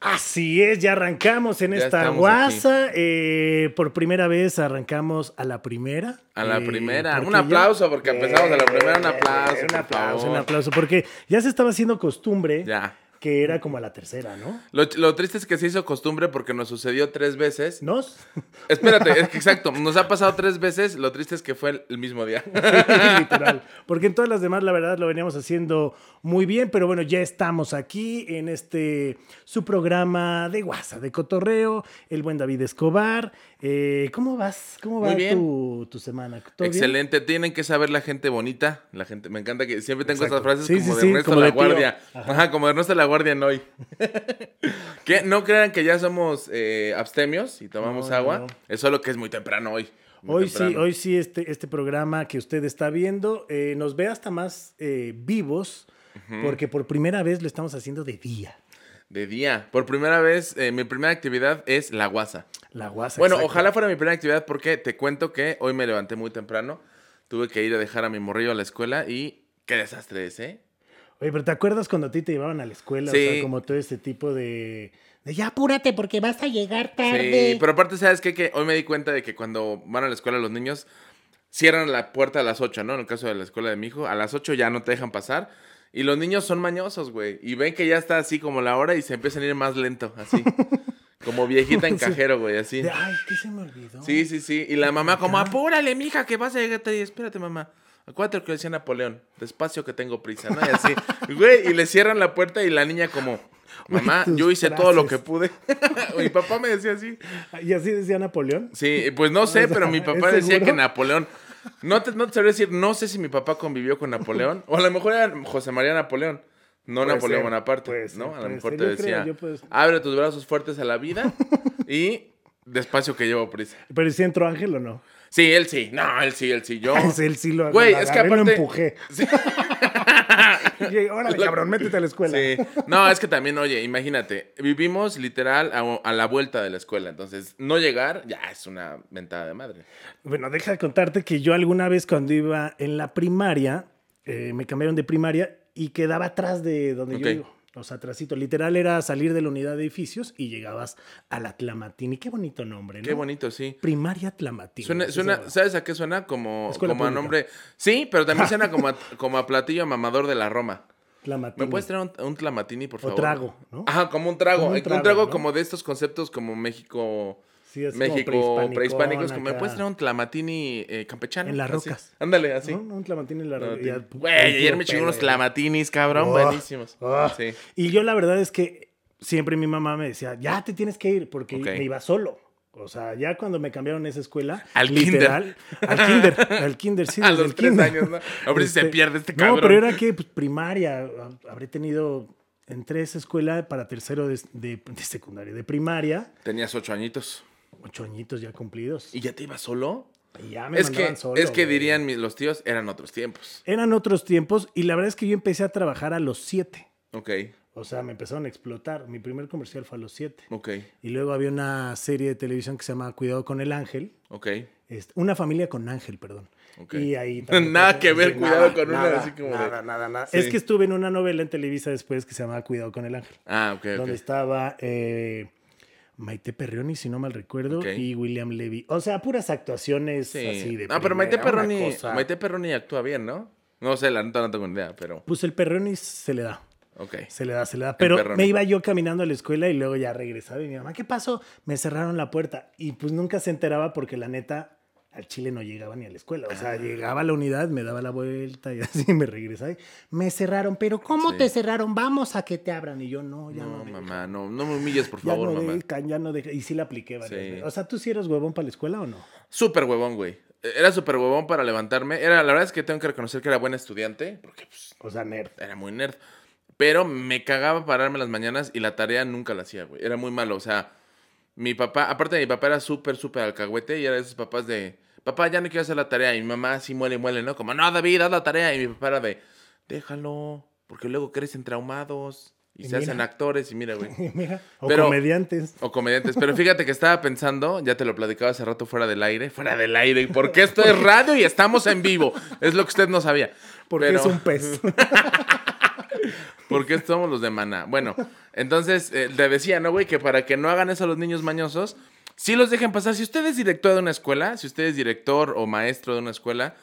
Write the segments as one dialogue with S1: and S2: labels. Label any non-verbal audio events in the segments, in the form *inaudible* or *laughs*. S1: Así es, ya arrancamos en
S2: Ya
S1: esta
S2: estamos
S1: guasa. Eh, por primera vez arrancamos a la primera.
S2: A la
S1: Eh,
S2: primera.
S1: porque
S2: Un
S1: ya-
S2: aplauso, porque empezamos a la primera. Un
S1: Eh,
S2: aplauso.
S1: Un
S2: por
S1: aplauso,
S2: favor.
S1: un aplauso. Porque ya se estaba haciendo costumbre
S2: Ya.
S1: que era como a la tercera, ¿no?
S2: Lo, ch- lo triste es que se hizo costumbre porque nos sucedió tres veces.
S1: ¿Nos?
S2: *laughs*
S1: *laughs*
S2: Espérate, es que exacto, nos ha pasado tres veces. Lo triste es que fue el, el mismo día.
S1: Literal. Porque en todas las demás, la verdad, lo veníamos haciendo muy bien, pero bueno, ya estamos aquí en este su programa de guasa, de cotorreo, el buen David Escobar. Eh, ¿Cómo vas? ¿Cómo va
S2: Muy bien.
S1: tu, tu semana? ¿Todo bien?
S2: Excelente. Tienen que saber la gente bonita. La gente, me encanta que siempre tengo
S1: Exacto.
S2: estas frases
S1: Sí,
S2: como
S1: sí,
S2: de
S1: sí,
S2: Ernesto
S1: como
S2: La
S1: de tío.
S2: Guardia.
S1: Ajá.
S2: Ajá. como de Ernesto La Guardia
S1: *laughs*
S2: en hoy. que no crean que ya somos eh, abstemios y tomamos
S1: No, no,
S2: agua.
S1: no.
S2: Es solo que es muy temprano hoy. Muy
S1: Hoy sí,
S2: temprano.
S1: hoy sí, este, este programa que usted está viendo eh, nos ve hasta más eh, vivos, porque por primera vez lo estamos haciendo de día.
S2: De día. Por primera vez, eh, mi primera actividad es la guasa.
S1: La guasa.
S2: Bueno,
S1: exacto.
S2: ojalá fuera mi primera actividad porque te cuento que hoy me levanté muy temprano. Tuve que ir a dejar a mi morrillo a la escuela y qué desastre es, ¿eh?
S1: Oye, pero ¿te acuerdas cuando a ti te llevaban a la escuela? O
S2: Sí.
S1: sea, como todo este tipo de. de ya,
S3: Apúrate porque vas a llegar tarde.
S2: Sí, pero aparte, ¿sabes qué? Que hoy me di cuenta de que cuando van a la escuela los niños cierran la puerta a las 8, ¿no? En el caso de la escuela de mi hijo, a las 8 ya no te dejan pasar. Y los niños son mañosos, güey. Y ven que ya está así como la hora y se empiezan a ir más lento, así. como viejita en cajero, güey, así.
S1: de, ay, ¿qué se me olvidó?
S2: Sí, sí, sí. Y la mamá como, apúrale, mija, que vas a llegar tarde. Y, Espérate, mamá. Acuérdate lo que decía Napoleón. Despacio que tengo prisa, ¿no? Y
S1: *laughs*
S2: así, güey, y le cierran la puerta y la niña como,
S1: Güey,
S2: mamá,
S1: tus
S2: yo hice todo lo que
S1: frases.
S2: pude. *laughs* Mi papá me decía así.
S1: ¿Y así decía Napoleón?
S2: Sí, pues no sé,
S1: sea,
S2: pero mi
S1: ¿es
S2: papá decía
S1: seguro?
S2: que Napoleón... No te, no te sabría decir, no sé si mi papá convivió con Napoleón. O a lo mejor era José María Napoleón. No
S1: Puede ser,
S2: Napoleón
S1: puede
S2: Bonaparte,
S1: ser,
S2: ¿no? A lo
S1: puede
S2: mejor
S1: ser.
S2: te
S1: Yo creo,
S2: decía,
S1: yo pues-
S2: abre tus brazos fuertes a la
S1: *laughs*
S2: vida y despacio que llevo prisa.
S1: Pero si entró Ángel o no.
S2: Sí, él sí. No, él sí, él sí. Yo.
S1: Es él *laughs* sí lo
S2: Güey,
S1: lo
S2: es que
S1: agarré y
S2: aparte-
S1: lo empujé. *laughs*
S2: Sí.
S1: Dije, Órale,
S2: *laughs* Lo-
S1: cabrón, métete a la escuela.
S2: Sí. No, es que también, oye, imagínate, vivimos literal a, a la vuelta de la escuela, entonces no llegar ya es una mentada de madre.
S1: Bueno, deja de contarte que yo alguna vez cuando iba en la primaria, eh, me cambiaron de primaria y quedaba atrás de donde
S2: Ok.
S1: yo vivo. O sea, atrásito. Literal era salir de la unidad de edificios y llegabas a la Tlamatini. Qué bonito nombre, ¿no?
S2: Qué bonito, sí.
S1: Primaria Tlamatini.
S2: Suena,
S1: Así se
S2: suena,
S1: llama.
S2: ¿sabes a qué suena? Como,
S1: Escuela
S2: como a
S1: pública.
S2: nombre. Sí, pero también suena como a,
S1: *laughs*
S2: como a platillo mamador de la Roma.
S1: Tlamatini.
S2: ¿Me puedes traer un, un tlamatini, por
S1: O
S2: favor?
S1: trago, ¿no?
S2: Ajá, como un trago.
S1: Como un
S2: eh, Un trago,
S1: trago, ¿no?
S2: como de estos conceptos como México.
S1: Sí, así como
S2: México
S1: prehispanicón
S2: prehispánicos. como, ¿Me
S1: acá.
S2: puedes traer un tlamatini eh, campechano?
S1: En las
S2: Así.
S1: rocas.
S2: Ándale, así.
S1: ¿No? Un Tlamatini en la
S2: No,
S1: realidad.
S2: tío. Güey, ayer me chingué unos clamatinis,
S1: Oh,
S2: cabrón. buenísimos.
S1: ah.
S2: Sí.
S1: Y yo la verdad es que siempre mi mamá me decía, ya te tienes que ir, porque
S2: Ok.
S1: me iba solo. O sea, ya cuando me cambiaron a esa escuela,
S2: Al
S1: al kinder, al kinder, sí,
S2: *laughs* A
S1: desde
S2: los
S1: el
S2: tres
S1: kinder.
S2: años, ¿no? A ver si se pierde este
S1: No,
S2: cabrón.
S1: pero era que pues, primaria, ha- habré tenido, entré a esa escuela para tercero de, de- de secundaria, de primaria,
S2: Tenías ocho añitos.
S1: ocho añitos ya cumplidos.
S2: ¿Y ya te ibas solo?
S1: Y ya me
S2: Es
S1: mandaban
S2: que,
S1: solo,
S2: es que
S1: güey.
S2: dirían mis- los tíos, eran otros tiempos.
S1: Eran otros tiempos y la verdad es que yo empecé a trabajar a los siete.
S2: Ok,
S1: O sea, me empezaron a explotar. Mi primer comercial fue a los 7.
S2: ok,
S1: Y luego había una serie de televisión que se llamaba Cuidado con el Ángel.
S2: ok.
S1: Este, una familia con Ángel, perdón.
S2: Ok.
S1: Y
S2: *laughs*
S1: ahí
S2: Nada que ver, Cuidado con una,
S1: una
S2: así como de-
S1: Nada, nada, nada.
S2: Sí.
S1: Es que estuve en una novela en Televisa después que se llamaba Cuidado con el Ángel.
S2: Ah, ok, ok.
S1: Donde estaba eh, Maite Perroni, si no mal recuerdo,
S2: Ok.
S1: y William Levy. O sea, puras actuaciones
S2: Sí.
S1: así de.
S2: ah, pero
S1: primera,
S2: Maite
S1: una
S2: Perroni,
S1: cosa.
S2: Maite Perroni actúa bien, ¿no? No sé, la neta no tengo ni idea, pero.
S1: Pues el Perroni se le da.
S2: Ok.
S1: Se le da, se le da. Pero
S2: perrón.
S1: me iba yo caminando a la escuela y luego ya regresaba y mi mamá, ¿qué pasó? Me cerraron la puerta. Y pues nunca se enteraba porque la neta, al chile no llegaba ni a la escuela. O
S2: Ah.
S1: sea, llegaba a la unidad, me daba la vuelta y *laughs* así me regresaba. y, me cerraron, pero ¿cómo
S2: Sí.
S1: te cerraron? Vamos a que te abran. Y yo, no, ya no.
S2: No,
S1: dejan.
S2: mamá, no, no me humilles, por
S1: Ya
S2: favor,
S1: no
S2: mamá.
S1: dejan, ya no dejan. Y sí la apliqué varias
S2: Sí.
S1: veces. O sea, ¿tú sí eres huevón para la escuela o no?
S2: Súper huevón, güey. Era súper huevón para levantarme. Era, la verdad es que tengo que reconocer que era buen estudiante, porque pues,
S1: O sea, nerd. *laughs*
S2: era muy nerd. Pero me cagaba pararme las mañanas y la tarea nunca la hacía, güey. Era muy malo. O sea, mi papá, aparte de mi papá era súper, súper alcahuete y era de esos papás de, papá, ya no quiero hacer la tarea. Y mi mamá así muele, muele, ¿no? Como, no, David, haz la tarea. Y mi papá era de, déjalo, porque luego crecen traumados y,
S1: Y
S2: se hacen
S1: mira.
S2: actores y mira,
S1: *laughs*
S2: güey.
S1: Mira, o
S2: Pero-
S1: comediantes.
S2: O comediantes. Pero fíjate que estaba pensando, ya te lo platicaba hace rato fuera del aire, fuera del aire, porque esto es radio y estamos en vivo. Es lo que usted no sabía. *laughs*
S1: Porque
S2: Pero-
S1: es un pez.
S2: Porque somos los de maná. Bueno, entonces eh, te decía, ¿no, güey? Que para que no hagan eso a los niños mañosos, sí los dejen pasar. Si usted es director de una escuela, si usted es director o maestro de una escuela,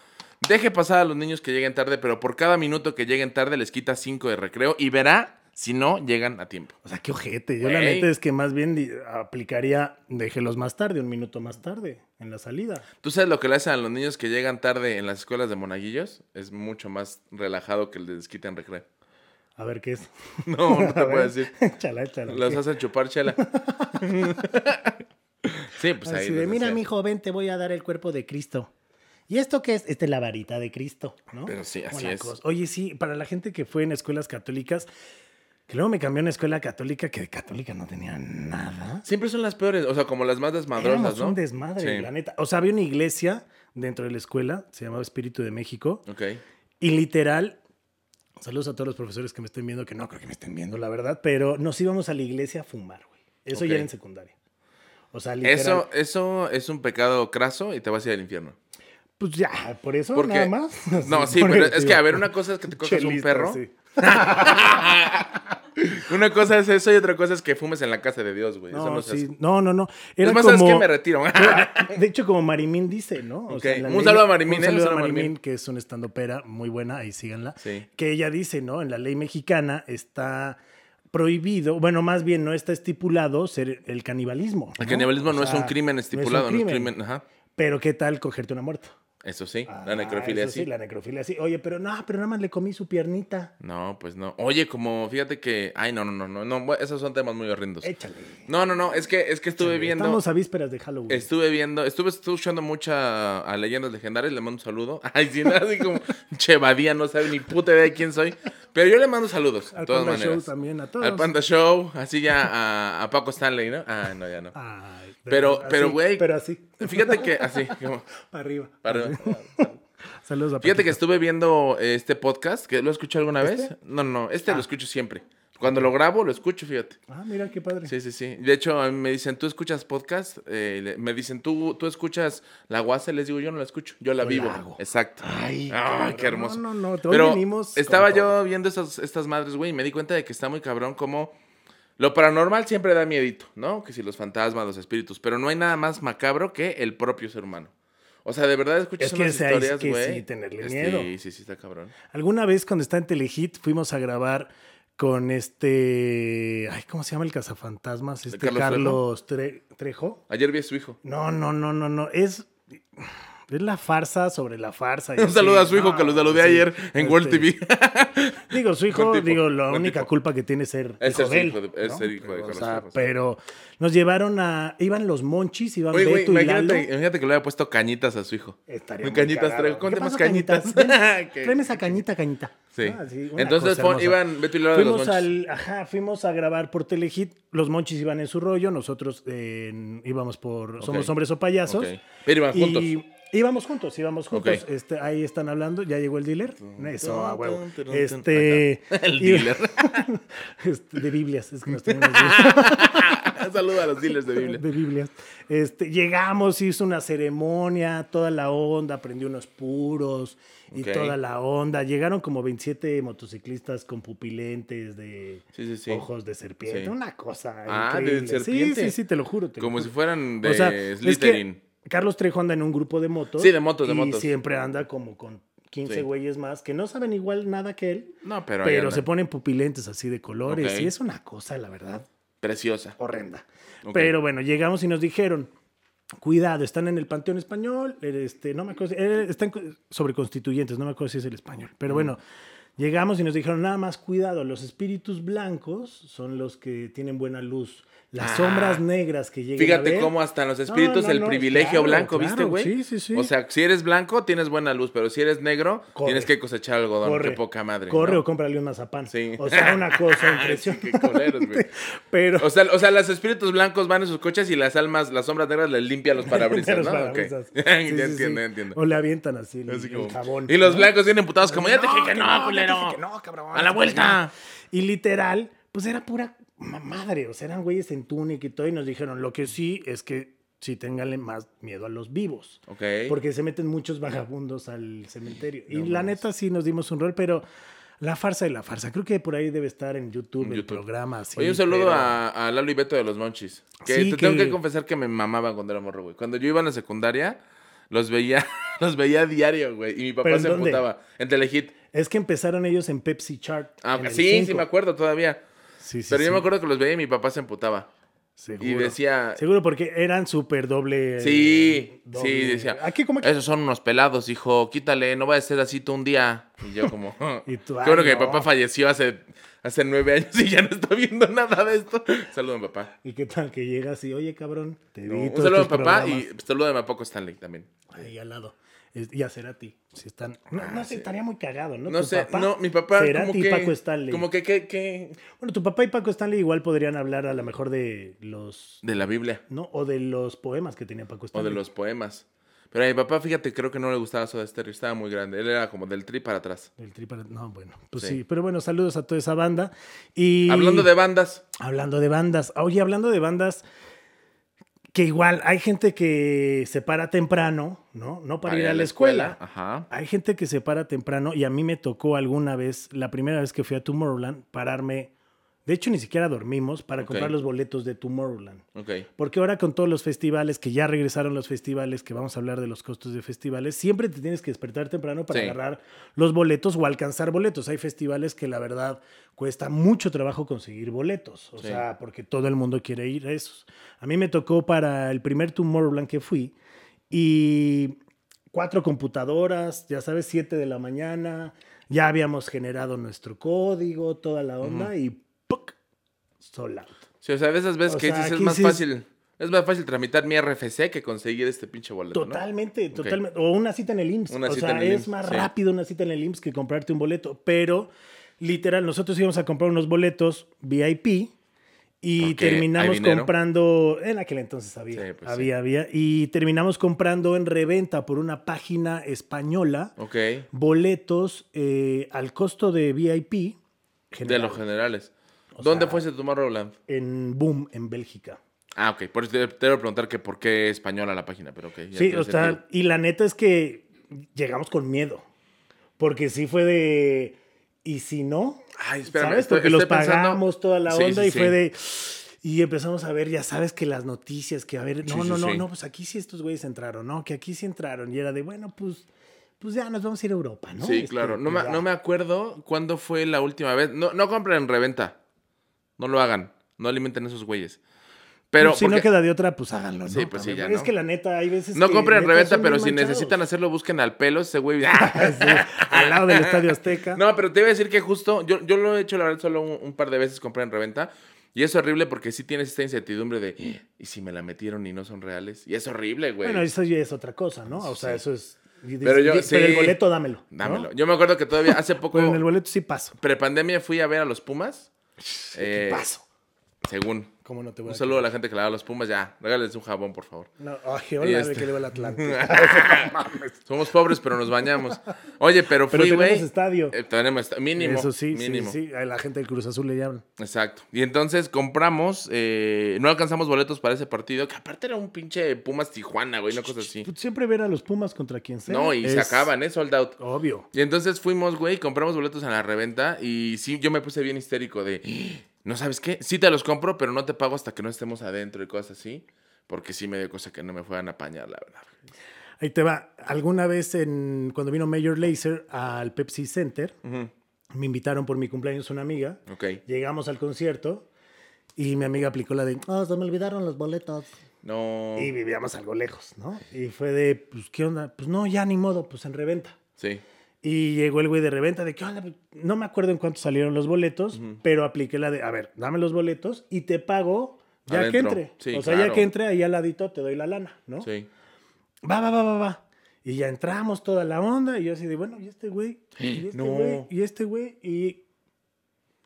S2: deje pasar a los niños que lleguen tarde, pero por cada minuto que lleguen tarde les quita cinco de recreo y verá si no llegan a tiempo.
S1: O sea, qué ojete. Yo la
S2: Güey.
S1: neta es que más bien di- aplicaría déjelos más tarde, un minuto más tarde, en la salida.
S2: ¿Tú sabes lo que le hacen a los niños que llegan tarde en las escuelas de monaguillos? Es mucho más relajado que el de desquita en recreo. *laughs*
S1: A ver qué es.
S2: No, no te puedo
S1: *laughs*
S2: decir.
S1: Chala, chala.
S2: Los hacen chupar chela.
S1: *laughs*
S2: sí, pues ahí.
S1: Así de,
S2: les
S1: mira,
S2: hacía".
S1: mi joven, te voy a dar el cuerpo de Cristo. ¿Y esto qué es? Esta es la varita de Cristo, ¿no?
S2: Pero sí, así
S1: Una
S2: es.
S1: cosa. Oye, sí, para la gente que fue en escuelas católicas, que luego me cambió a una escuela católica que de católica no tenía nada.
S2: Siempre son las peores, o sea, como las más desmadrosas,
S1: Éramos
S2: ¿no?
S1: un desmadre,
S2: Sí.
S1: la neta. O sea, había una iglesia dentro de la escuela, se llamaba Espíritu de México,
S2: Ok.
S1: y literal, saludos a todos los profesores que me estén viendo, que no creo que me estén viendo, la verdad, pero nos íbamos a la iglesia a fumar, güey. Eso
S2: Ok.
S1: ya era en secundaria. O sea, literal.
S2: Eso, eso es un pecado craso y te vas a ir al infierno.
S1: Pues ya, por eso
S2: Porque-
S1: nada más. *laughs*
S2: *laughs* No, sí,
S1: Por
S2: pero
S1: eso,
S2: es que,
S1: digo,
S2: a ver, una cosa es que te cojas un
S1: chelista,
S2: perro.
S1: sí.
S2: Una cosa es eso y otra cosa es que fumes en la casa de Dios, güey. eso
S1: No,
S2: no se hace.
S1: sí, no, no, no. Era
S2: es más,
S1: como,
S2: ¿sabes qué? Me retiro. *laughs*
S1: Ah, De hecho, como Marimín dice, ¿no?
S2: Ok, un saludo a Marimín,
S1: Un
S2: eh,
S1: saludo a Marimín, que es una estandopera muy buena, ahí síganla.
S2: Sí.
S1: Que ella dice, ¿no? En la ley mexicana está prohibido, bueno, más bien no está estipulado ser el canibalismo.
S2: El
S1: ¿no?
S2: canibalismo
S1: O
S2: no es
S1: sea,
S2: un crimen estipulado, no es un crimen. ajá.
S1: Pero ¿qué tal cogerte una muerta?
S2: Eso sí,
S1: Ah,
S2: la necrofilia
S1: eso
S2: sí.
S1: la necrofilia sí. Oye, pero no, pero nada más le comí su piernita.
S2: No, pues no. Oye, como fíjate que. Ay, no, no, no, no. no bueno, esos son temas muy horrendos.
S1: Échale.
S2: No, no, no. Es que, es que estuve
S1: Échale.
S2: viendo.
S1: Estamos a vísperas de Halloween.
S2: Estuve viendo, estuve escuchando mucha a leyendas legendarias, le mando un saludo. *laughs* Ay, sí, nada, así como Chevadía, no sabe ni puta idea de quién soy. Pero yo le mando saludos, de
S1: Al
S2: todas
S1: Panda Show
S2: maneras.
S1: también, a todos.
S2: Al Panda Show, así ya a, a Paco Stanley, ¿no? Ah, no, ya no.
S1: Ay,
S2: Pero-
S1: así,
S2: pero, güey.
S1: Pero así,
S2: Fíjate que, así, como,
S1: para arriba.
S2: para-
S1: *laughs* Ah, Saludos a
S2: fíjate que
S1: Paquito.
S2: estuve viendo eh, este podcast, que lo escuché alguna vez. No, no, este lo escucho siempre. Cuando lo grabo, lo escucho, fíjate.
S1: Ah, mira qué padre.
S2: Sí, sí, sí. De hecho, a mí me dicen, ¿tú escuchas podcast? Eh, le- me dicen, ¿Tú, ¿tú escuchas la guasa? Les digo, yo no la escucho, yo
S1: Yo
S2: la
S1: la
S2: vivo.
S1: hago.
S2: Exacto.
S1: Ay,
S2: Ay, qué
S1: cabrón.
S2: hermoso.
S1: No, no, no. Hoy
S2: Pero
S1: venimos con
S2: estaba yo
S1: todo.
S2: viendo esas, estas madres, güey, y me di cuenta de que está muy cabrón como... Lo paranormal siempre da miedito, ¿no? Que si los fantasmas, los espíritus, pero no hay nada más macabro que el propio ser humano. O sea, de verdad escuchas
S1: Es que
S2: unas
S1: ese hay
S2: historias,
S1: que
S2: güey.
S1: sí tenerle
S2: es-
S1: miedo.
S2: Sí, sí, sí, está cabrón.
S1: Alguna vez cuando estaba en Telehit fuimos a grabar con este... Ay, ¿cómo se llama el cazafantasmas? Este
S2: Carlos
S1: Carlos,
S2: Trejo?
S1: Tre- Trejo.
S2: Ayer vi a su hijo.
S1: No, no, no, no, no. Es... Es la farsa sobre la farsa. y
S2: *laughs* Un
S1: así.
S2: saludo a su hijo
S1: No,
S2: que los saludé
S1: sí.
S2: ayer en World
S1: Este,
S2: TV.
S1: Digo,
S2: *laughs*
S1: su hijo,
S2: Buen tipo,
S1: digo, la
S2: buen
S1: única
S2: tipo.
S1: culpa que tiene es ser
S2: *laughs* Es
S1: hijo
S2: ser su
S1: de él,
S2: hijo de- es
S1: ¿no?
S2: ser hijo de
S1: O
S2: Carlos
S1: sea,
S2: Trejo, sí.
S1: pero nos llevaron a... Iban los monchis, iban
S2: Oye, güey,
S1: Beto y Lalo. Ah,
S2: imagínate, imagínate que le haya puesto cañitas a su hijo.
S1: Estaría
S2: Muy
S1: muy
S2: cañitas,
S1: cagado.
S2: traigo. Conte
S1: ¿Qué
S2: más
S1: pasó,
S2: cañitas.
S1: Ven,
S2: *laughs* Que-
S1: Tráeme esa cañita, cañita.
S2: Sí.
S1: Ah, una
S2: Entonces
S1: cosa
S2: fue-
S1: hermosa.
S2: iban Beto y Lalo de los
S1: Fuimos
S2: Monchis.
S1: al, ajá, fuimos a grabar por Telehit, los monchis iban en su rollo, nosotros eh, en- íbamos por Somos
S2: Ok.
S1: Hombres o Payasos.
S2: Ok. Pero iban juntos.
S1: *laughs* Y íbamos juntos, íbamos juntos.
S2: Ok.
S1: Este, ahí están hablando, ya llegó el dealer. Eso, a huevo.
S2: tun, tun,
S1: Este.
S2: tun. *laughs* El
S1: y- *laughs*
S2: dealer.
S1: Este, de Biblias, es que
S2: *laughs*
S1: nos tenemos bien.
S2: Saluda a los dealers de Biblia.
S1: *laughs* De Biblias. Este, llegamos, hizo una ceremonia, toda la onda, prendió unos puros y
S2: Ok.
S1: toda la onda. Llegaron como 27 motociclistas con pupilentes de
S2: Sí, sí, sí.
S1: ojos de serpiente.
S2: Sí.
S1: Una cosa
S2: Ah, ¿de
S1: increíble.
S2: serpiente?
S1: Sí, sí, sí, te lo juro. te lo
S2: Como si
S1: juro.
S2: fueran de
S1: O sea, es que
S2: Slytherin.
S1: Carlos Trejo anda en un grupo de motos.
S2: Sí, de motos, de
S1: y
S2: motos.
S1: siempre anda como con 15
S2: Sí.
S1: güeyes más que no saben igual nada que él.
S2: No, pero,
S1: Pero,
S2: ahí anda.
S1: se ponen pupilentes así de colores
S2: Ok.
S1: y es una cosa, la verdad,
S2: Preciosa.
S1: horrenda.
S2: Ok.
S1: Pero bueno, llegamos y nos dijeron, cuidado, están en el Panteón Español, este, no me acuerdo, si- eh, están co- sobre constituyentes, no me acuerdo si es el español,
S2: Mm.
S1: pero bueno, llegamos y nos dijeron, nada más cuidado, los espíritus blancos son los que tienen buena luz, las
S2: Ah.
S1: sombras negras que llegan a
S2: Fíjate
S1: ver,
S2: cómo hasta en los espíritus
S1: No, no,
S2: el
S1: no, claro,
S2: privilegio blanco,
S1: claro,
S2: ¿viste, güey?
S1: sí, sí, sí.
S2: O sea, si eres blanco, tienes buena luz, pero si eres negro,
S1: Corre.
S2: tienes que cosechar algodón.
S1: corre,
S2: Qué poca madre.
S1: corre
S2: ¿no?
S1: o cómprale un mazapán,
S2: Sí.
S1: o sea, una
S2: *laughs*
S1: cosa
S2: Sí,
S1: impresionante,
S2: qué culeros, güey.
S1: *laughs* pero...
S2: O sea, o sea, los espíritus blancos van en sus coches y las almas, las sombras negras les limpian los
S1: *laughs*
S2: parabrisas,
S1: Los
S2: ¿no? Ok. *laughs*
S1: parabrisas.
S2: ya
S1: Sí, sí, sí.
S2: entiendo, ya entiendo.
S1: O le avientan así el,
S2: Así
S1: el
S2: como-
S1: jabón.
S2: y los
S1: ¿no?
S2: blancos vienen putados Pues como, ya te dije que
S1: que
S2: no,
S1: no, ya te
S2: culero.
S1: dije que no, cabrón.
S2: A la vuelta.
S1: Y literal, pues era pura ma- madre. O sea, eran güeyes en túnica y todo. Y nos dijeron, lo que sí es que sí tenganle más miedo a los vivos.
S2: Ok.
S1: Porque se meten muchos vagabundos al cementerio. Y
S2: No
S1: la
S2: mames.
S1: neta sí nos dimos un rol, pero La farsa de la farsa. Creo que por ahí debe estar en YouTube
S2: En
S1: el
S2: YouTube.
S1: programa. sí,
S2: Oye, un saludo
S1: pero-
S2: a, a Lalo y Beto de los Monchis. Que
S1: Sí,
S2: te tengo
S1: que-
S2: que confesar que me mamaban cuando era morro, güey. Cuando yo iba a la secundaria, los veía, *laughs* los veía diario, güey. Y mi
S1: ¿Pero
S2: papá
S1: en
S2: se
S1: dónde?
S2: emputaba. En Telehit.
S1: Es que empezaron ellos en Pepsi Chart.
S2: Ah,
S1: en el
S2: sí, sí,
S1: cinco.
S2: me acuerdo todavía.
S1: Sí, sí,
S2: Pero yo
S1: sí.
S2: me acuerdo que los veía y mi papá se emputaba.
S1: Seguro.
S2: Y decía.
S1: Seguro porque eran súper doble.
S2: Sí,
S1: doble-
S2: sí, decía.
S1: Aquí como que.
S2: Esos son unos pelados, hijo. Quítale, no vaya a ser así tú un día. Y yo como...
S1: *laughs* Y tú,
S2: Qué
S1: ay,
S2: bueno que mi
S1: no.
S2: papá falleció hace, hace nueve años y ya no está viendo nada de esto. Saludo a mi papá.
S1: ¿Y qué tal que llegas y, oye, cabrón, te vi
S2: Un
S1: todos
S2: saludo a mi
S1: tus
S2: papá
S1: programas
S2: y pues, saludo a mi papá Stanley también.
S1: Ahí al lado. Es- Y a Cerati. Si están... No, no sé, estaría muy cagado, ¿no?
S2: Ah, No
S1: Tu
S2: sé,
S1: papá,
S2: no, mi papá
S1: Cerati
S2: como
S1: y
S2: que...
S1: Paco Stanley.
S2: Como que, que, que-
S1: Bueno, tu papá y Paco Stanley igual podrían hablar a lo mejor de los...
S2: De la Biblia
S1: ¿No? O de los poemas que tenía Paco
S2: o
S1: Stanley.
S2: de los poemas. Pero a mi papá, fíjate, creo que no le gustaba Soda Stereo. Estaba muy grande. Él era como del tri para atrás.
S1: Del tri para- No, bueno, pues sí.
S2: Sí.
S1: Pero bueno, saludos a toda esa banda. Y...
S2: Hablando de bandas,
S1: Hablando de bandas. Oye, hablando de bandas, que igual hay gente que se para temprano, ¿no? No para, ir a la escuela.
S2: Ajá.
S1: Hay gente que se para temprano y a mí me tocó alguna vez, la primera vez que fui a Tomorrowland, pararme. De hecho, ni siquiera dormimos para
S2: Ok.
S1: comprar los boletos de Tomorrowland.
S2: Ok.
S1: Porque ahora con todos los festivales, que ya regresaron los festivales, que vamos a hablar de los costos de festivales, siempre te tienes que despertar temprano para
S2: Sí.
S1: agarrar los boletos o alcanzar boletos. Hay festivales que la verdad cuesta mucho trabajo conseguir boletos, o
S2: Sí.
S1: sea, porque todo el mundo quiere ir a esos. A mí me tocó para el primer Tomorrowland que fui y cuatro computadoras, ya sabes, siete de la mañana, ya habíamos generado nuestro código, toda la onda y ¡puc! sola.
S2: Sí, o sea, de esas veces
S1: O
S2: que
S1: sea,
S2: dices, es
S1: aquí
S2: más
S1: sí es-
S2: fácil. Es más fácil tramitar mi RFC que conseguir este pinche boleto. ¿no?
S1: Totalmente, totalmente. O una cita en el IMSS.
S2: Una
S1: o
S2: cita
S1: sea,
S2: en el
S1: es
S2: IMSS,
S1: más
S2: sí.
S1: rápido una cita en el IMSS que comprarte un boleto. Pero, literal, nosotros íbamos a comprar unos boletos VIP y
S2: Porque hay
S1: terminamos
S2: dinero.
S1: comprando. En aquel entonces había.
S2: Sí, pues,
S1: había, había. Y terminamos comprando en reventa por una página española
S2: Ok.
S1: boletos eh, al costo de VIP.
S2: De
S1: general,
S2: los generales. ¿Dónde
S1: sea-
S2: fuese tu Tomorrowland?
S1: En Boom, en Bélgica.
S2: Ah, ok. Por eso te, te iba a preguntar que por qué española la página, pero ok. ya
S1: Sí,
S2: tiene
S1: o sea,
S2: sentido.
S1: y la neta es que llegamos con miedo. Porque sí fue de. ¿Y si no?
S2: Ay, espérame,
S1: ¿Sabes?
S2: estoy-
S1: Porque los
S2: estoy pensando-
S1: pagamos toda la
S2: Sí,
S1: onda
S2: sí,
S1: y
S2: sí.
S1: fue de. Y empezamos a ver, ya sabes que las noticias, que a ver, no,
S2: Sí,
S1: no,
S2: sí,
S1: no,
S2: sí.
S1: no, pues aquí sí estos güeyes entraron, no, que aquí sí entraron. Y era de, bueno, pues, pues ya nos vamos a ir a Europa, ¿no?
S2: Sí,
S1: Este,
S2: claro. No
S1: pues
S2: me,
S1: ya.
S2: no me acuerdo cuándo fue la última vez. No, no compren en reventa. No lo hagan. No alimenten a esos güeyes. Pero.
S1: si no
S2: porque-
S1: queda de otra, pues háganlo, ¿no?
S2: Sí, pues sí,
S1: También.
S2: ya,
S1: Es
S2: ¿no?
S1: que la neta, hay veces.
S2: no
S1: que
S2: compren en
S1: neta
S2: reventa,
S1: son
S2: pero
S1: bien
S2: si
S1: manchados.
S2: necesitan hacerlo, busquen al pelo ese güey.
S1: *laughs* Sí, al lado del Estadio Azteca.
S2: No, pero te iba a decir que justo, yo, yo lo he hecho la verdad solo un, un par de veces comprar en reventa. Y es horrible porque sí tienes esta incertidumbre de, ¿y si me la metieron y no son reales? Y es horrible, güey.
S1: Bueno, eso ya es otra cosa, ¿no? O sea,
S2: Sí.
S1: eso es. y
S2: Pero
S1: dices,
S2: yo-
S1: "Oye, pero
S2: sí.
S1: el boleto, dámelo. ¿no?
S2: Dámelo. Yo me acuerdo que todavía hace poco,
S1: Pero en el boleto sí paso.
S2: prepandemia, fui a ver a los Pumas. Eh,
S1: paso.
S2: Según.
S1: ¿Cómo no te voy a
S2: Un saludo a la gente que le da a los Pumas, ya. Regálenles un jabón, por favor.
S1: No, ay, hola,
S2: Este.
S1: de que le va el Atlante.
S2: *laughs* Somos pobres, pero nos bañamos. Oye, pero
S1: Pero
S2: fui,
S1: tenemos
S2: güey.
S1: estadio.
S2: Eh, tenemos esta- mínimo.
S1: Eso sí, sí,
S2: mínimo.
S1: sí. A la gente del Cruz Azul le llaman.
S2: Exacto. Y entonces compramos, eh, no alcanzamos boletos para ese partido, que aparte era un pinche Pumas Tijuana, güey, una cosa así.
S1: Tú Pues siempre ver a los Pumas contra quien sea.
S2: No, y se
S1: es
S2: acaban, ¿eh? Sold out.
S1: Obvio.
S2: Y entonces fuimos, güey, compramos boletos en la reventa y sí, yo me puse bien histérico de, no sabes qué, sí te los compro, pero no te pago hasta que no estemos adentro y cosas así, porque sí me dio cosa que no me fueran a apañar, la verdad.
S1: Ahí te va. Alguna vez en, cuando vino Mayor Laser al Pepsi Center, me invitaron por mi cumpleaños una amiga.
S2: Ok.
S1: Llegamos al concierto y mi amiga aplicó la de, "Ah,
S3: No, se me olvidaron los boletos.
S2: No.
S1: Y vivíamos algo lejos, ¿no? Y fue de, pues, ¿qué onda? Pues no, ya ni modo, pues en reventa.
S2: Sí.
S1: Y llegó el güey de reventa, de, ¿qué onda? No me acuerdo en cuánto salieron los boletos, pero apliqué la de, a ver, dame los boletos y te pago ya que
S2: Adentro.
S1: entre.
S2: Sí,
S1: o sea,
S2: claro.
S1: ya que entre, ahí al ladito te doy la lana, ¿no?
S2: Sí.
S1: Va, va, va, va, va. Y ya entramos toda la onda y yo así de, bueno, ¿y este güey? ¿Y
S2: *gasps*
S1: este
S2: No.
S1: güey? ¿Y este güey? Y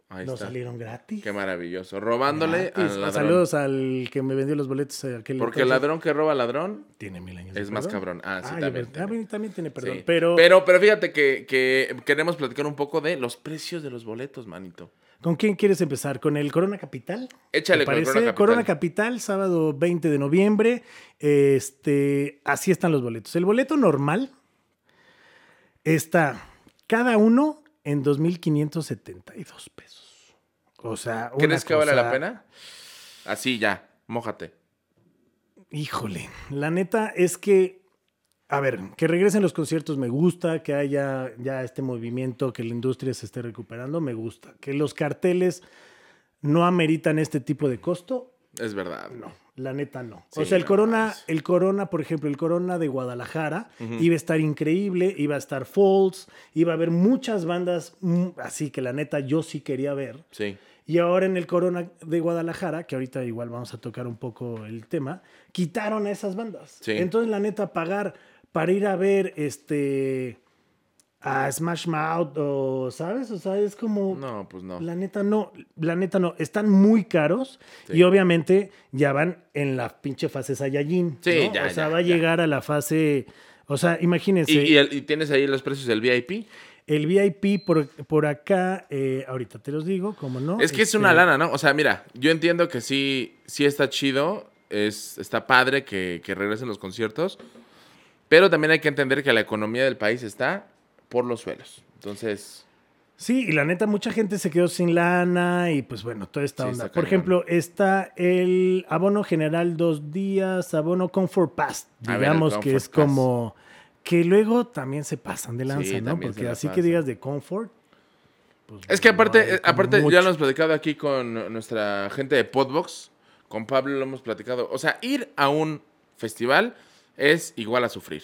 S2: Ahí
S1: nos
S2: está.
S1: salieron gratis.
S2: Qué maravilloso. Robándole
S1: Gratis. Ah,
S2: al ladrón.
S1: Saludos al que me vendió los boletos. eh, Aquel
S2: Porque el
S1: entonces.
S2: ladrón que roba ladrón
S1: Tiene mil años. de
S2: es más
S1: perdón.
S2: cabrón. Ah, sí,
S1: Ah, yo
S2: también.
S1: pensé- ah,
S2: también.
S1: bueno, también tiene perdón.
S2: Sí.
S1: Pero,
S2: pero, pero fíjate que, que queremos platicar un poco de los precios de los boletos, manito.
S1: ¿con quién quieres empezar? ¿Con el Corona Capital?
S2: Échale
S1: ¿Te
S2: con el
S1: parece?
S2: Corona Capital.
S1: Capital, sábado 20 de noviembre. Este, así están los boletos. El boleto normal está cada uno en 2.572 pesos. O sea, una
S2: ¿Crees que vale
S1: cosa-
S2: la pena? Así ya, mójate.
S1: Híjole, la neta es que, a ver, que regresen los conciertos me gusta, que haya ya este movimiento, que la industria se esté recuperando, me gusta. Que los carteles no ameritan este tipo de costo,
S2: Es verdad.
S1: no, la neta no.
S2: Sí,
S1: o sea, el
S2: no
S1: corona,
S2: mames.
S1: el corona, por ejemplo, el corona de Guadalajara iba a estar increíble, iba a estar Falls, iba a haber muchas bandas mm, así que la neta yo sí quería ver.
S2: Sí.
S1: Y ahora en el Corona de Guadalajara, que ahorita igual vamos a tocar un poco el tema, quitaron a esas bandas.
S2: Sí.
S1: Entonces, la neta, pagar para ir a ver este a Smash Mouth o, ¿sabes? O sea, es como...
S2: No, pues no.
S1: La neta no, la neta no, están muy caros
S2: Sí.
S1: y obviamente ya van en la pinche fase Saiyajin.
S2: Sí,
S1: ¿no?
S2: ya,
S1: O sea,
S2: ya,
S1: va a
S2: ya.
S1: llegar a la fase, o sea, imagínense.
S2: ¿Y, y el- y tienes ahí los precios del VIP?
S1: El VIP por, por acá, eh, ahorita te los digo, como no.
S2: Es que es
S1: Este,
S2: una lana, ¿no? O sea, mira, yo entiendo que sí, sí está chido, es, está padre que, que regresen los conciertos, pero también hay que entender que la economía del país está por los suelos. Entonces,
S1: Sí, y la neta, mucha gente se quedó sin lana y pues bueno, toda esta
S2: Sí,
S1: onda.
S2: está
S1: Por
S2: cañón.
S1: ejemplo, está el abono general dos días, abono Comfort Pass,
S2: A ver, el
S1: digamos que
S2: Comfort
S1: es
S2: Pass.
S1: como que luego también se pasan de lanza, ¿no?
S2: también se
S1: Porque
S2: la
S1: así que
S2: pasan.
S1: digas de Comfort. pues,
S2: es que
S1: no
S2: aparte,
S1: hay
S2: eh,
S1: como
S2: aparte
S1: mucho.
S2: ya lo hemos platicado aquí con nuestra gente de Podbox, con Pablo lo hemos platicado. O sea, ir a un festival es igual a sufrir.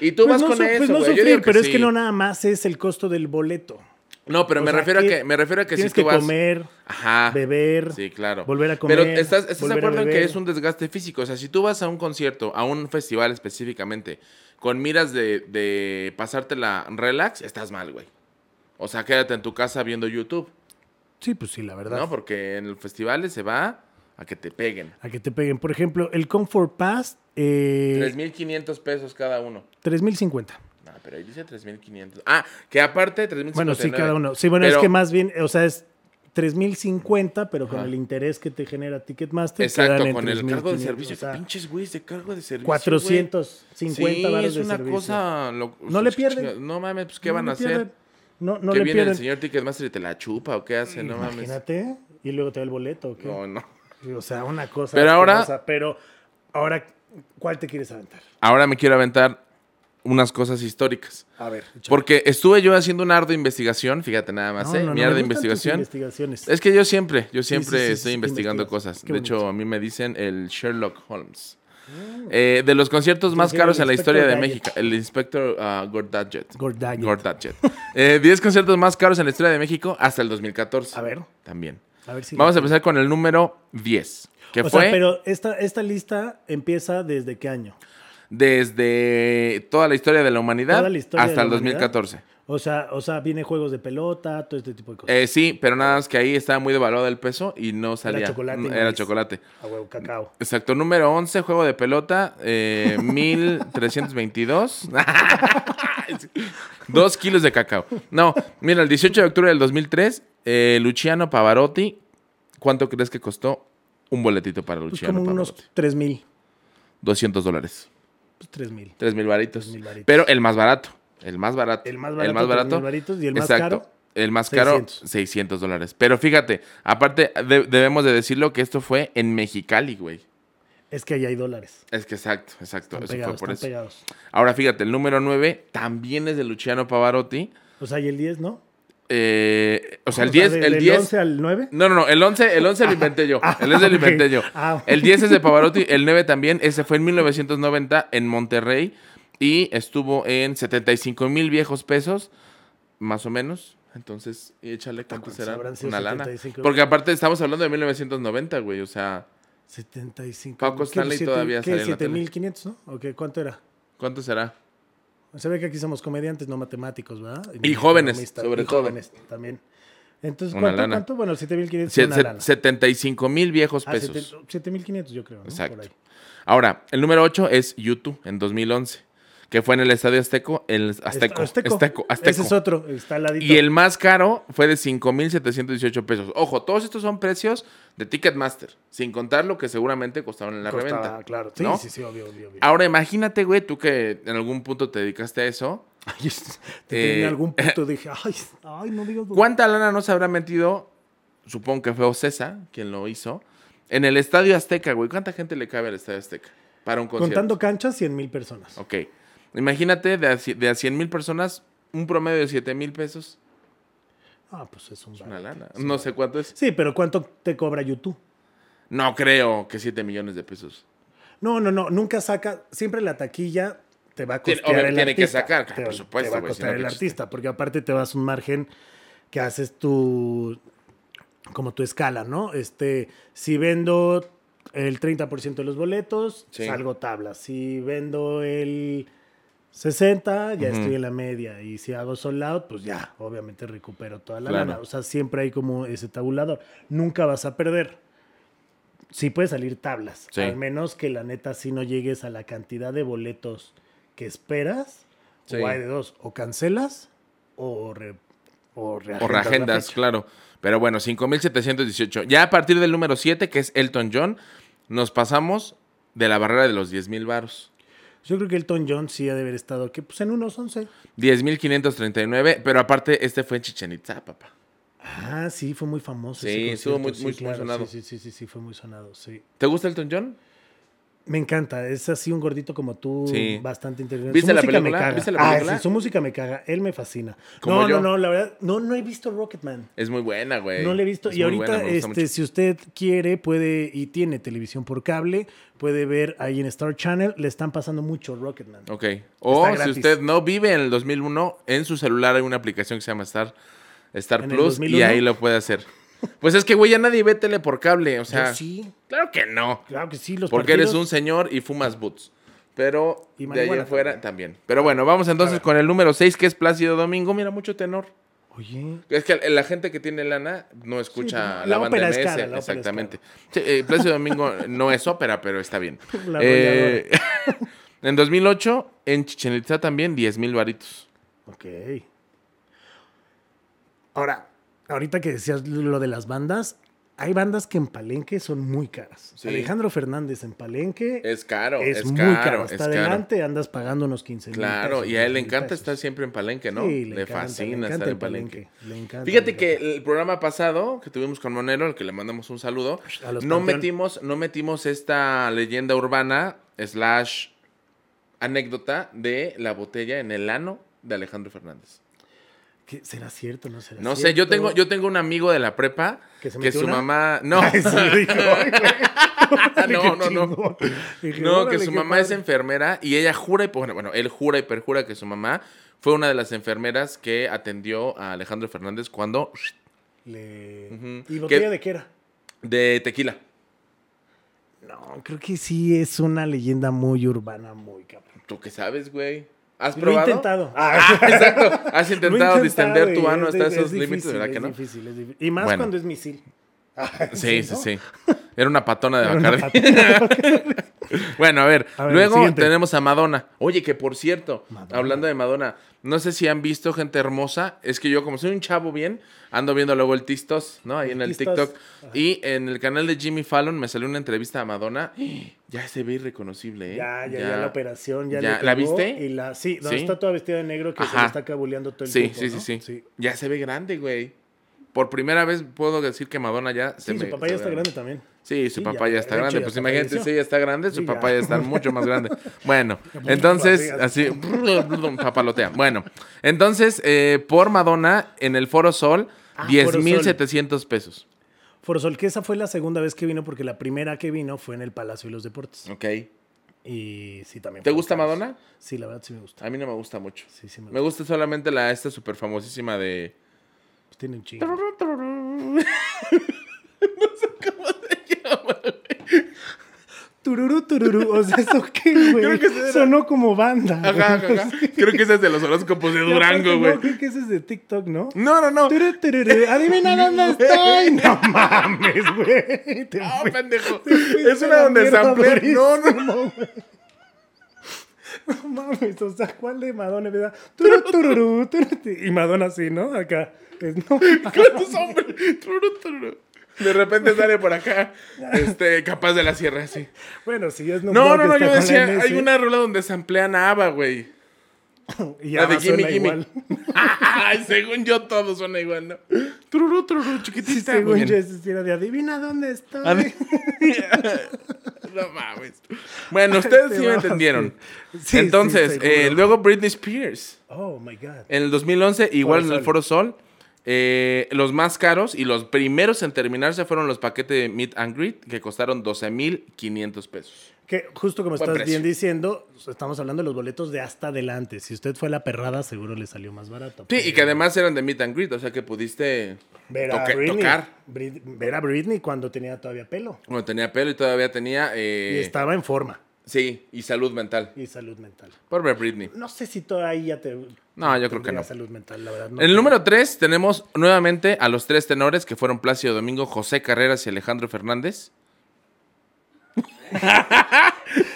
S2: Y tú
S1: Pues
S2: vas
S1: no
S2: con
S1: su-
S2: eso,
S1: pues no
S2: güey. Yo
S1: sufrir,
S2: digo que
S1: pero es
S2: sí.
S1: que no nada más es el costo del boleto.
S2: No, pero
S1: O
S2: me
S1: sea,
S2: refiero,
S1: que
S2: a que, me refiero a que si
S1: Tienes
S2: tú
S1: que
S2: vas...
S1: comer,
S2: Ajá.
S1: beber,
S2: Sí, claro.
S1: volver a comer.
S2: Pero estás, estás de
S1: volver a
S2: acuerdo en que
S1: beber.
S2: es un desgaste físico. O sea, si tú vas a un concierto, a un festival específicamente, con miras de, de pasártela relax, estás mal, güey. O sea, quédate en tu casa viendo YouTube,
S1: Sí, pues sí, la verdad.
S2: ¿no? Porque en los festivales se va a que te peguen.
S1: A que te peguen. Por ejemplo, el Comfort Pass, eh,
S2: 3.500 pesos cada uno.
S1: 3.050.
S2: Ah, pero ahí dice 3.500. Ah, que aparte 3.500.
S1: Bueno, sí, cada uno. Sí, bueno, es que más bien, o sea, es 3.050, pero con
S2: Ajá.
S1: el interés que te genera Ticketmaster. quedan
S2: Exacto,
S1: en
S2: con el cargo de
S1: 3,500,
S2: servicio.
S1: o sea,
S2: Pinches güeyes de cargo de servicio. güey.
S1: 450
S2: Sí,
S1: varos
S2: es
S1: de
S2: una
S1: servicio.
S2: cosa. lo-
S1: No le pierden.
S2: No mames, pues ¿qué
S1: No
S2: van
S1: le
S2: a hacer?
S1: pierden. No, no
S2: que
S1: le
S2: viene el
S1: pierden.
S2: señor Ticketmaster y te la chupa o qué hace, no mames.
S1: Imagínate. Y luego te da el boleto. ¿o qué?
S2: No, no.
S1: O sea, una cosa.
S2: Pero ahora-
S1: asquerosa, Pero ahora, ¿cuál te quieres aventar?
S2: Ahora me quiero aventar unas cosas históricas.
S1: A ver. échale.
S2: Porque estuve yo haciendo una ardua investigación, fíjate nada más,
S1: No,
S2: ¿eh?
S1: no, no,
S2: Mi
S1: me
S2: ardua
S1: gustan tus
S2: investigación.
S1: investigaciones.
S2: Es que yo siempre, yo siempre
S1: sí, sí,
S2: estoy
S1: sí,
S2: investigando
S1: investigas.
S2: cosas.
S1: Qué
S2: de
S1: bonito.
S2: hecho, a mí me dicen el Sherlock Holmes. Eh, de los conciertos más
S1: Sí,
S2: caros
S1: el
S2: en la
S1: Inspector
S2: historia de
S1: Gadget.
S2: México, el Inspector ah, Gordadget.
S1: Gordadget.
S2: Gordadget. Eh, 10 conciertos más caros en la historia de México hasta el 2014.
S1: A ver.
S2: También.
S1: A ver si.
S2: Vamos a empezar con el número 10, que
S1: o
S2: fue
S1: sea, pero esta, esta lista empieza desde qué año?
S2: desde toda la historia de la humanidad
S1: Toda la historia de
S2: hasta
S1: la
S2: el
S1: humanidad.
S2: 2014.
S1: O sea, o sea, viene juegos de pelota, todo este tipo de cosas.
S2: Eh, sí, pero nada más que ahí estaba muy devaluado el peso y no salía. Mm,
S1: chocolate y
S2: Era
S1: maíz.
S2: chocolate.
S1: a huevo, cacao.
S2: Exacto, número 11, juego de pelota,
S1: *laughs*
S2: eh, *laughs* 1322. 2 kilos de cacao. No, mira, el 18 de octubre del 2003, eh, Luciano Pavarotti, ¿cuánto crees que costó un boletito para
S1: Pues
S2: Luciano
S1: como unos
S2: Pavarotti?
S1: 3 mil.
S2: 200 dólares.
S1: Pues 3 mil.
S2: 3 mil varitos.
S1: 3,000 varitos.
S2: Pero el más barato. El más barato.
S1: El más barato, 3,000 varitos, y el más caro,
S2: El más caro,
S1: 600.
S2: 600 dólares. Pero fíjate, aparte de- debemos de decirlo que esto fue en Mexicali, güey.
S1: Es que ahí hay dólares.
S2: Es que exacto, exacto.
S1: Están
S2: eso
S1: pegados,
S2: fue por
S1: están
S2: eso.
S1: pegados.
S2: Ahora fíjate, el número 9 también es de Luciano Pavarotti.
S1: O sea, y el 10, ¿no?
S2: Eh, o sea, el
S1: O sea,
S2: 10,
S1: de-
S2: el
S1: del
S2: 10.
S1: 11 al 9.
S2: No, no, no, el 11, el 11 lo inventé yo. *laughs* El 11
S1: ok.
S2: lo inventé yo.
S1: Ah.
S2: El 10 es de Pavarotti, el 9 también. Ese fue en 1990 en Monterrey y estuvo en 75 mil viejos pesos, más o menos. Entonces, y échale cuánto
S1: ¿Cuántos
S2: será
S1: habrán sido
S2: una lana.
S1: 75?
S2: Porque aparte estamos hablando de 1990, güey. O sea,
S1: 75.
S2: Paco
S1: ¿Qué?
S2: Stanley
S1: ¿Siete-
S2: todavía
S1: ¿Qué?
S2: salía en la tele.
S1: 7500, ¿no? ¿O qué? ¿Cuánto era?
S2: ¿cuánto será?
S1: Se ve que aquí somos comediantes, no matemáticos, ¿verdad?
S2: Y jóvenes,
S1: economistas,
S2: sobre
S1: y
S2: todo.
S1: jóvenes también. Entonces,
S2: Una
S1: ¿cuánto?
S2: lana.
S1: ¿Cuánto? Bueno, 7500
S2: Se-
S1: una
S2: se-
S1: lana.
S2: 75 mil viejos
S1: Ah,
S2: pesos.
S1: 70- 7500 yo creo, ¿no? Por
S2: Exacto.
S1: ahí.
S2: Ahora, el número 8 es YouTube en 2011, que fue en el Estadio Azteco, el Azteco,
S1: Azteco.
S2: Azteco, Azteco.
S1: Ese es otro, está al ladito.
S2: Y el más caro fue de 5.718 pesos. Ojo, todos estos son precios de Ticketmaster, sin contar lo que seguramente costaron en la
S1: Costaba,
S2: reventa.
S1: Claro, sí,
S2: ¿no? Ah,
S1: sí, sí, obvio, obvio, obvio.
S2: Ahora imagínate, güey, tú que en algún punto te dedicaste a eso,
S1: *laughs* Ay,
S2: *laughs*
S1: es- te
S2: Eh,
S1: en algún
S2: *laughs*
S1: punto dije, ay, ay, no digas.
S2: ¿Cuánta lana nos habrá metido? Supongo que fue Ocesa quien lo hizo. En el Estadio Azteca, güey. ¿Cuánta gente le cabe al Estadio Azteca para un concierto?
S1: Contando canchas, 100 mil personas.
S2: Ok. Imagínate de a, ci- de a 100 mil personas, un promedio de 7 mil pesos.
S1: Ah, pues es un
S2: Es una
S1: barate,
S2: lana.
S1: es un
S2: No sé cuánto es.
S1: Sí, pero ¿cuánto te cobra YouTube?
S2: No creo que 7 millones de pesos.
S1: No, no, no, nunca saca, siempre la taquilla te va a
S2: Tiene-
S1: costear
S2: obvio,
S1: el
S2: tiene que
S1: artista.
S2: sacar, claro,
S1: te,
S2: por supuesto,
S1: Te va a
S2: güey, si no, pues, este.
S1: costear
S2: qué
S1: el
S2: chiste.
S1: artista, porque aparte te vas a un margen que haces tu, como tu escala, ¿no? Este, si vendo el 30% de los boletos,
S2: Sí.
S1: salgo tabla. Si vendo el 60, ya
S2: Ujú.
S1: estoy en la media. Y si hago sold out, pues ya, obviamente recupero toda la
S2: Claro.
S1: lana. O sea, siempre hay como ese tabulador. Nunca vas a perder. Sí puede salir tablas.
S2: Sí.
S1: Al menos que la neta sí no llegues a la cantidad de boletos que esperas.
S2: Sí.
S1: O hay de dos. O cancelas o, re- o
S2: O
S1: reagendas la
S2: reagendas,
S1: fecha.
S2: claro. Pero bueno, 5.718. Ya a partir del número 7, que es Elton John, nos pasamos de la barrera de los 10 mil varos.
S1: Yo creo que Elton John sí ha de haber estado aquí, pues en unos 11.
S2: 10.539, pero aparte este fue en Chichen Itza, papá.
S1: Ah, sí, fue muy famoso. ese
S2: Sí, estuvo muy-
S1: concierto,
S2: muy-
S1: sí,
S2: muy sonado.
S1: Sí, sí, sí, sí, fue muy sonado, sí.
S2: ¿Te gusta Elton John?
S1: Me encanta, es así un gordito como tú,
S2: Sí.
S1: bastante inteligente.
S2: ¿Viste
S1: Su
S2: la
S1: música me
S2: película?
S1: caga.
S2: ¿Viste la
S1: Ah,
S2: película?
S1: sí, su música me caga, él me fascina.
S2: Como
S1: no,
S2: yo.
S1: no, no, la verdad, no, no he visto Rocketman.
S2: Es muy buena, güey.
S1: No le he visto.
S2: Es
S1: Y
S2: muy
S1: ahorita,
S2: buena, me gusta
S1: este,
S2: mucho.
S1: si usted quiere, puede y tiene televisión por cable, puede ver ahí en Star Channel, le están pasando mucho Rocketman.
S2: Ok. O si
S1: gratis.
S2: usted no vive en el 2001, en su celular hay una aplicación que se llama Star, Star
S1: ¿En el
S2: Plus y
S1: 2001?
S2: ahí lo puede hacer. Pues es que, güey, ya nadie ve tele por cable. O sea,
S1: Yo sí,
S2: claro que no.
S1: claro que sí, los
S2: Porque eres un
S1: partidos-
S2: señor y fumas boots. Pero
S1: Y
S2: de allá
S1: marihuana
S2: afuera también. Pero bueno, vamos entonces con el número 6, que es Plácido Domingo. Mira, mucho tenor.
S1: Oye,
S2: Es que la gente que tiene lana no escucha
S1: Sí,
S2: la,
S1: la
S2: banda
S1: ópera
S2: MS.
S1: es cara, la ópera es
S2: exactamente. Sí, eh, Plácido Domingo *laughs* no es ópera, pero está bien.
S1: *laughs* La
S2: Eh, *laughs* en 2008, en Chichen Itza también, 10 mil varitos.
S1: Ok. Ahora, ahorita que decías lo de las bandas, hay bandas que en Palenque son muy caras.
S2: Sí.
S1: Alejandro Fernández en Palenque es,
S2: Es caro, es,
S1: muy
S2: caro,
S1: caro.
S2: es
S1: Hasta
S2: caro.
S1: adelante andas pagando unos 15 mil.
S2: Claro,
S1: pesos,
S2: y a él le
S1: 10,000
S2: encanta
S1: pesos.
S2: estar siempre en Palenque, ¿no?
S1: Sí,
S2: le
S1: encanta,
S2: fascina
S1: encanta
S2: estar
S1: el
S2: en Palenque.
S1: Le encanta,
S2: Fíjate
S1: le
S2: que
S1: encanta.
S2: el programa pasado que tuvimos con Monero, al que le mandamos un saludo,
S1: A los
S2: no
S1: campeón.
S2: metimos, no metimos esta leyenda urbana slash anécdota de la botella en el ano de Alejandro Fernández.
S1: ¿Qué? ¿Será cierto o no será
S2: No sé, yo
S1: cierto? *laughs*
S2: tengo, yo tengo un amigo de la prepa que,
S1: ¿Que se metió
S2: su
S1: una? *laughs*
S2: mamá. No,
S1: Ay, sí,
S2: *laughs*
S1: dijo, ay, güey.
S2: Ah, No,
S1: Dije,
S2: no, no.
S1: chingón. Dije,
S2: no, que
S1: órale,
S2: su
S1: qué
S2: mamá es
S1: padre.
S2: enfermera y ella jura y bueno, bueno, él jura y perjura que su mamá fue una de las enfermeras que atendió a Alejandro Fernández cuando
S1: Le-
S2: Ujú.
S1: ¿Y botella
S2: ¿Qué-
S1: de qué era?
S2: de tequila.
S1: No, creo que sí es una leyenda muy urbana, muy cabrón.
S2: ¿Tú qué sabes, güey? ¿Has
S1: Lo he
S2: probado?
S1: intentado. *laughs*
S2: Ah, *laughs* exacto. Has
S1: Lo he
S2: intentado distender tu
S1: y
S2: ano
S1: es
S2: hasta
S1: di-
S2: esos
S1: es
S2: límites,
S1: difícil,
S2: ¿verdad
S1: es
S2: que no?
S1: difícil, es difícil. Y más
S2: Bueno.
S1: cuando es misil.
S2: *laughs* Sí, sí,
S1: ¿no?
S2: sí. Era una patona de
S1: Era una
S2: Bacardi. *laughs* bueno, a ver,
S1: A ver,
S2: luego
S1: siguiente.
S2: tenemos a Madonna. Oye, que por cierto,
S1: Madonna.
S2: hablando de Madonna, no sé si han visto gente hermosa, es que yo como soy un chavo bien, ando viendo luego el Tistos, ¿no? Ahí
S1: El
S2: en el
S1: Tistos.
S2: TikTok. Y en el canal de Jimmy Fallon me salió una entrevista a Madonna. *gasps* Ya se ve irreconocible, ¿eh?
S1: Ya, ya, ya, la operación, ya,
S2: Ya,
S1: le
S2: ¿la
S1: pegó
S2: viste?
S1: Y la, sí, donde
S2: Sí.
S1: está toda vestida de negro que se
S2: Ajá.
S1: le está cabuleando todo el
S2: Sí,
S1: tiempo,
S2: sí, sí,
S1: ¿no?
S2: sí,
S1: Sí,
S2: Ya se ve grande, güey. Por primera vez puedo decir que Madonna ya se
S1: Sí,
S2: me-
S1: su papá
S2: se
S1: ya
S2: ve
S1: está grande también.
S2: Sí,
S1: Sí,
S2: su papá ya,
S1: ya,
S2: está
S1: de hecho,
S2: grande.
S1: ya
S2: Pues
S1: hasta
S2: imagínate,
S1: falleció.
S2: si ella está grande, su
S1: Sí,
S2: papá
S1: ya.
S2: ya está mucho
S1: *laughs*
S2: más grande. Bueno, entonces, así,
S1: así,
S2: papalotea. Bueno, entonces, eh, por Madonna, en el Foro Sol,
S1: Ah,
S2: 10,700 pesos.
S1: Forosol, que esa fue la segunda vez que vino porque la primera que vino fue en el Palacio de los Deportes.
S2: Ok.
S1: Y sí, también.
S2: ¿Te
S1: fue
S2: gusta
S1: un caos.
S2: Madonna?
S1: Sí, la verdad sí me gusta.
S2: A mí no me gusta mucho.
S1: Sí, sí
S2: Me
S1: me gusta.
S2: gusta solamente la esta súper famosísima de...
S1: Pues tiene un chingo.
S2: No sé cómo se llama.
S1: Tururú, tururú. O sea, ¿eso
S2: *laughs*
S1: qué,
S2: Creo
S1: güey?
S2: que esa era-
S1: Sonó como banda.
S2: Ajá, ajá,
S1: güey. *laughs*
S2: ajá. Creo que esa es de los horóscopos de
S1: Y aparte,
S2: Durango,
S1: no,
S2: güey.
S1: Creo que ese es de TikTok, pues, ¿no?
S2: No, no, no.
S1: Tururú, tururú.
S2: *laughs*
S1: Adivina dónde estoy. No mames, güey. Te
S2: *laughs* Ah,
S1: fue-
S2: pendejo.
S1: fuiste
S2: Es
S1: a
S2: una
S1: la
S2: donde
S1: mierda
S2: sample. No, no, no.
S1: durísimo, güey. No mames, o sea, ¿cuál de Madonna? ¿verdad? Tururú, tururú, tururú. Y Madonna así, ¿no? Acá. Es- no.
S2: *laughs* Con tu sombra. Tru, tru, tru. De repente sale por
S1: *laughs*
S2: acá, este, capaz de la sierra, así.
S1: Bueno, si es
S2: No, no, no,
S1: está
S2: yo
S1: con la
S2: decía,
S1: MS.
S2: hay una rola donde samplean a Ava, güey.
S1: Y
S2: La de
S1: ahora suena
S2: Gimme, Gimme.
S1: igual.
S2: *laughs* Ay, Según yo, todo suena igual, ¿no? Tururú, tururú,
S1: Sí,
S2: chiquitita.
S1: según
S2: güey.
S1: yo, ese sí era de adivina dónde estoy. *laughs*
S2: A ver. no mames. Bueno, ustedes
S1: Te
S2: sí me
S1: mamaste.
S2: entendieron.
S1: Sí,
S2: Entonces,
S1: sí,
S2: eh,
S1: seguro.
S2: luego Britney Spears.
S1: Oh my God.
S2: En el 2011, igual en el
S1: Sol.
S2: Foro Sol, eh, los más caros y los primeros en terminarse fueron los paquetes de Meet and Greet, que costaron 12,500 pesos.
S1: Que justo como
S2: Buen
S1: estás
S2: precio.
S1: bien diciendo, estamos hablando de los boletos de hasta adelante. Si usted fue la perrada, seguro le salió más barato.
S2: Sí, y que además eran de Meet and Greet, o sea que pudiste
S1: Ver a
S2: toca-
S1: Britney.
S2: tocar.
S1: Brit- ver a Britney cuando tenía todavía pelo.
S2: Bueno, tenía pelo y todavía tenía.
S1: Y
S2: eh,
S1: estaba en forma
S2: Sí, y salud mental.
S1: y salud mental.
S2: Por ver Britney.
S1: No sé si todavía ahí ya te.
S2: No, yo creo que
S1: tendría
S2: no.
S1: salud mental, la verdad. no
S2: En el
S1: creo.
S2: número 3 tenemos nuevamente a los tres tenores que fueron Plácido Domingo, José Carreras y Alejandro Fernández. *laughs*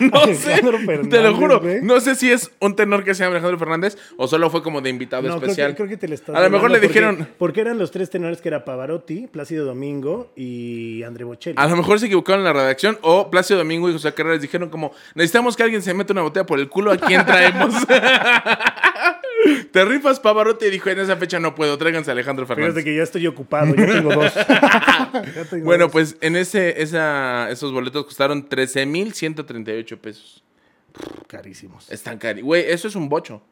S2: no sé,
S1: Alejandro
S2: te lo
S1: Fernández,
S2: juro,
S1: güey.
S2: no sé si es un tenor que se llama Alejandro Fernández o solo fue como de invitado
S1: No, creo
S2: especial.
S1: que, creo que te le estás
S2: a lo mejor
S1: hablando
S2: le
S1: porque-
S2: dijeron,
S1: Porque eran los tres tenores que era Pavarotti, Plácido Domingo y André Bocelli.
S2: a lo mejor se equivocaron en la redacción o Plácido Domingo y José Carreras dijeron como, necesitamos que alguien se meta una botella por el culo, ¿a quién
S1: *laughs*
S2: traemos? *laughs* te rifas Pavarotti y dijo, en esa fecha no puedo, tráiganse a Alejandro Fernández.
S1: Fíjate que ya estoy ocupado, yo tengo dos.
S2: *laughs*
S1: Ya tengo
S2: Bueno,
S1: dos.
S2: pues en ese, esa, esos boletos costaron 13,138 pesos.
S1: Carísimos.
S2: Están cari. Güey, eso es un bocho.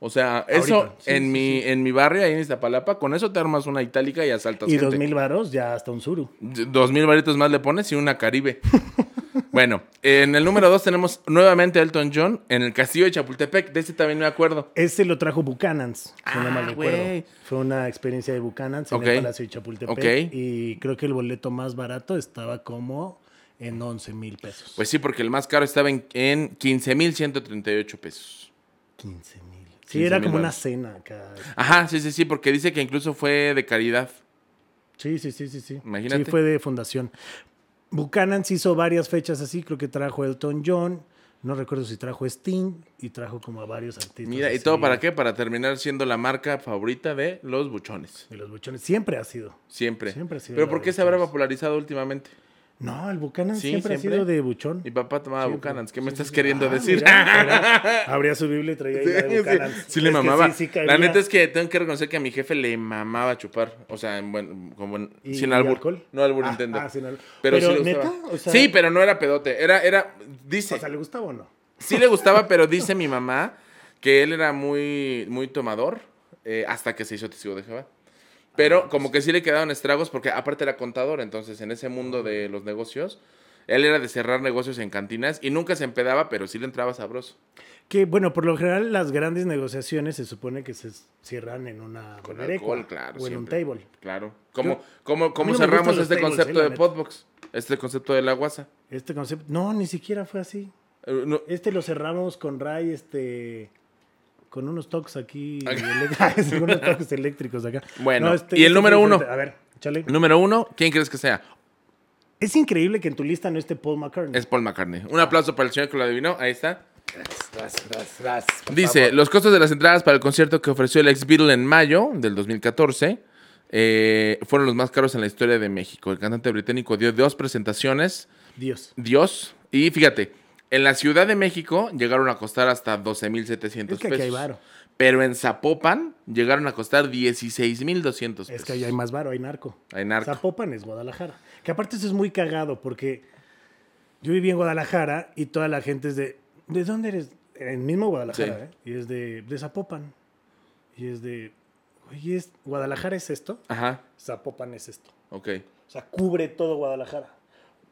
S2: O sea, eso
S1: Ahorita, sí,
S2: en,
S1: sí,
S2: mi, en mi barrio, ahí en Iztapalapa, con eso te armas una itálica y asaltas
S1: Y
S2: gente.
S1: dos mil varos ya hasta un suru.
S2: D- Dos mil varitos más le pones y una caribe. *laughs* bueno, en el número dos tenemos nuevamente a Elton John en el castillo de Chapultepec. De este también me acuerdo.
S1: Ese lo trajo Buchanan's, si no
S2: Ah,
S1: mal recuerdo.
S2: güey.
S1: Fue una experiencia de Buchanan's en
S2: Ok.
S1: el Palacio de Chapultepec.
S2: Ok.
S1: Y creo que el boleto más barato estaba como en 11 mil pesos.
S2: Pues sí, porque el más caro estaba en, en 15,138 pesos.
S1: 15 mil. Sí,
S2: 15,000
S1: era como una
S2: varos.
S1: cena acá.
S2: Ajá, sí, sí, sí, porque dice que incluso fue de caridad.
S1: Sí, sí, sí, sí, sí.
S2: Imagínate.
S1: Sí, fue de fundación. Buchanan se hizo varias fechas así, creo que trajo Elton John, no recuerdo si trajo Sting y trajo como a varios artistas.
S2: Mira, ¿y
S1: así.
S2: todo para qué? Para terminar siendo la marca favorita de los buchones.
S1: Y los buchones siempre ha sido.
S2: Siempre.
S1: Siempre ha sido
S2: ¿Pero
S1: la
S2: por
S1: de
S2: qué se habrá
S1: buchones.
S2: popularizado últimamente?
S1: No, el Buchanan
S2: Sí,
S1: siempre,
S2: siempre.
S1: ha sido de buchón.
S2: Mi papá tomaba
S1: Siempre.
S2: bucanas. ¿Qué me
S1: Sí,
S2: estás
S1: sí, sí.
S2: queriendo
S1: Ah,
S2: decir? *laughs*
S1: mira, era- abría su Biblia y traía ahí
S2: Sí,
S1: la de Buchanan.
S2: sí, sí le
S1: Es que
S2: mamaba.
S1: sí, sí
S2: la
S1: cabía.
S2: neta es que tengo que reconocer que a mi jefe le mamaba chupar. O sea, en buen- como en-
S1: ¿Y
S2: sin albur.
S1: alcohol?
S2: No albur,
S1: Ah,
S2: entiendo.
S1: ah, sin albur.
S2: Pero, sí
S1: Pero,
S2: le gustaba.
S1: ¿neta? O sea-
S2: sí, pero no era pedote. Era, era, dice.
S1: O sea, ¿le gustaba o no?
S2: Sí le gustaba, pero dice mi mamá que él era muy, muy tomador eh, hasta que se hizo testigo de Jehová.
S1: Ah,
S2: Pero como que sí le quedaban estragos porque aparte era contador, entonces en ese mundo de los negocios, él era de cerrar negocios en cantinas y nunca se empedaba, pero sí le entraba sabroso.
S1: Que bueno, por lo general las grandes negociaciones se supone que se cierran en una
S2: Con
S1: beberecua
S2: alcohol, claro.
S1: o en un
S2: siempre.
S1: table.
S2: Claro. ¿Cómo,
S1: Yo-
S2: cómo, cómo
S1: me gustan
S2: cerramos
S1: los
S2: este
S1: tables,
S2: concepto
S1: eh, la
S2: de
S1: neta.
S2: podbox? Este concepto de la guasa.
S1: Este concepto, no, ni siquiera fue así.
S2: Eh, no-
S1: Este lo cerramos con Ray, este. Con unos toques aquí.
S2: *laughs*
S1: elec- *laughs* unos toques eléctricos acá.
S2: Bueno,
S1: este-
S2: y el
S1: este
S2: número
S1: fue
S2: uno.
S1: diferente. A ver, chale.
S2: Número uno, ¿quién crees que sea?
S1: Es increíble que en tu lista no esté Paul McCartney.
S2: Es Paul McCartney.
S1: Ah.
S2: Un aplauso para el señor que lo adivinó. Ahí está.
S1: Ras, ras, ras, por
S2: Dice,
S1: favor.
S2: los costos de las entradas para el concierto que ofreció el ex Beatle en mayo del 2014 eh, fueron los más caros en la historia de México. El cantante británico dio dos presentaciones,
S1: Dios.
S2: Dios, y fíjate, en la Ciudad de México llegaron a costar hasta
S1: Es
S2: 12.700 pesos.
S1: que aquí hay varo.
S2: Pero en Zapopan llegaron a costar 16.200 pesos.
S1: Es que ahí hay más varo, hay narco.
S2: Hay narco.
S1: Zapopan es Guadalajara. Que aparte eso es muy cagado porque yo viví en Guadalajara y toda la gente es de. ¿De dónde eres? En mismo Guadalajara,
S2: Sí.
S1: ¿eh? Y es de, de Zapopan. Y es de. Oye, es, ¿Guadalajara es esto?
S2: Ajá,
S1: Zapopan es esto.
S2: ok.
S1: O sea, cubre todo Guadalajara.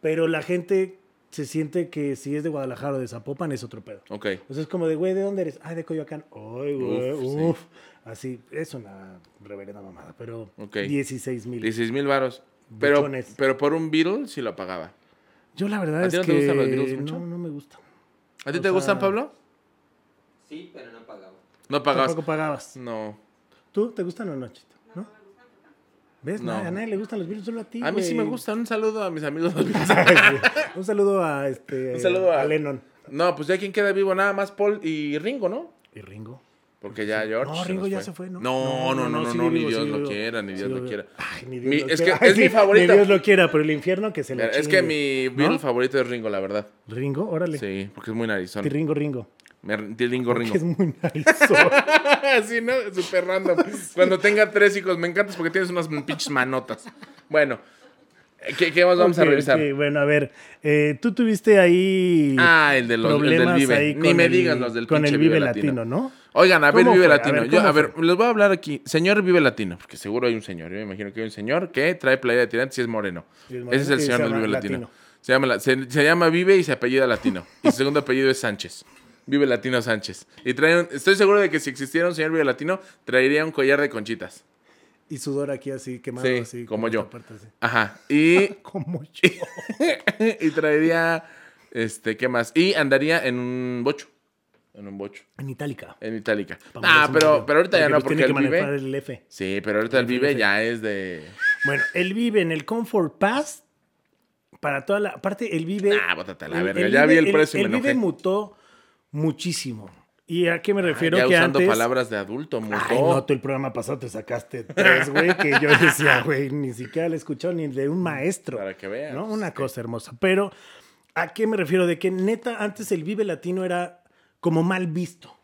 S1: Pero la gente se siente que si es de Guadalajara o de Zapopan es otro pedo.
S2: Ok.
S1: O sea, es como de, güey, ¿de dónde eres? Ah, de Coyoacán. Ay, güey,
S2: Uf,
S1: uf.
S2: sí.
S1: Así, es una reverenda mamada, pero
S2: Ok.
S1: 16 mil.
S2: 16.000 varos. Pero,
S1: Buchones.
S2: pero por un Beatle sí lo pagaba.
S1: Yo la verdad
S2: ¿A
S1: es
S2: ti no
S1: que
S2: te gustan los Beatles mucho?
S1: no, no me gustan.
S2: ¿A ti
S1: O
S2: te
S1: sea,
S2: gustan, Pablo?
S4: Sí, pero no pagaba.
S2: No pagabas.
S1: Tampoco pagabas.
S2: No.
S1: ¿Tú te gustan o no, Chito? ¿No? ¿Ves?
S2: No.
S1: Na- A nadie le gustan los virus, solo a ti.
S2: A mí sí me
S1: güey. *laughs*
S2: gustan. Un saludo a mis amigos.
S1: Un saludo a este
S2: Un saludo a-
S1: Lennon
S2: No, pues ya quien queda vivo nada más Paul y Ringo, ¿no?
S1: y Ringo.
S2: Porque ya George.
S1: No, Ringo ya se fue, ¿no?
S2: No, no, no, no,
S1: sigue
S2: no, ni
S1: vivo,
S2: Dios
S1: sigue
S2: lo
S1: vivo.
S2: quiera, ni Dios
S1: Sigue
S2: lo
S1: vivo.
S2: quiera.
S1: Ay, ni
S2: Mi-
S1: Dios lo
S2: es que
S1: quiera.
S2: es mi
S1: Sí,
S2: favorito.
S1: Ni Dios lo quiera, pero el infierno que se le
S2: Mira, Es que mi Beatle
S1: ¿No?
S2: favorito es Ringo, la verdad.
S1: Ringo, órale.
S2: Sí, porque es muy narizón.
S1: Ringo, Ringo.
S2: Dingo Ringo.
S1: Que es muy *laughs* nice.
S2: *laughs* Así, ¿no?
S1: *laughs*
S2: Súper random. Cuando tenga tres hijos, me encantas porque tienes unas pinches manotas. Bueno, ¿qué, qué más vamos
S1: Ok,
S2: a revisar?
S1: ok, Bueno, a ver, eh, tú tuviste ahí
S2: Ah, el de los- el del
S1: problemas
S2: Vive.
S1: ahí
S2: Ni
S1: con
S2: me
S1: el-
S2: digas los del
S1: con el
S2: pinche
S1: Vive
S2: Vive
S1: Latino,
S2: Latino.
S1: ¿no?
S2: Oigan, a ver,
S1: ¿Cómo
S2: Vive
S1: fue? A
S2: Latino.
S1: ver,
S2: Yo,
S1: ¿cómo
S2: a ver, les voy a hablar aquí. Señor Vive Latino, porque seguro hay un señor. Yo me imagino que hay un señor que trae playa de tirantes y es moreno.
S1: Y es moreno,
S2: Ese es el
S1: y se
S2: señor del
S1: llama
S2: Vive Latino.
S1: Latino.
S2: Se, llama, la- se, se llama Vive y se apellida Latino. Y su segundo apellido es Sánchez. Vive Latino Sánchez. Y trae un- estoy seguro de que si existiera un señor Vive Latino, traería un collar de conchitas.
S1: Y sudor aquí así, quemado
S2: Sí,
S1: así.
S2: como
S1: esta
S2: yo.
S1: parte así.
S2: Ajá.
S1: *laughs*
S2: Y, *laughs*
S1: Como yo.
S2: y traería, este, ¿qué más? Y andaría en un bocho. En un bocho.
S1: En itálica.
S2: En itálica.
S1: Vamos a
S2: Ah,
S1: ver si
S2: pero,
S1: me-
S2: pero ahorita ya
S1: porque
S2: no,
S1: pues
S2: porque
S1: tiene
S2: el
S1: que manejar
S2: Vive...
S1: el F.
S2: Sí, pero ahorita el Vive
S1: eh,
S2: ya es de...
S1: Bueno, él vive en el Comfort Pass. Para toda la. Aparte, él vive.
S2: Ah, bótate a la
S1: él-
S2: verga.
S1: él
S2: Ya vi
S1: vive-
S2: el
S1: él-
S2: precio y
S1: él
S2: me
S1: vive
S2: enojé. Ah,
S1: mutó muchísimo. ¿Y a qué me refiero?
S2: ya
S1: que
S2: usando
S1: antes.
S2: palabras de adulto, mutó.
S1: Ay, no, tú el programa pasado te sacaste tres, güey, que yo decía, güey, ni siquiera le escuchó ni de un maestro.
S2: Para que veas.
S1: ¿no? Una cosa hermosa. Pero, ¿a qué me refiero? De que neta, antes el Vive Latino era como mal visto.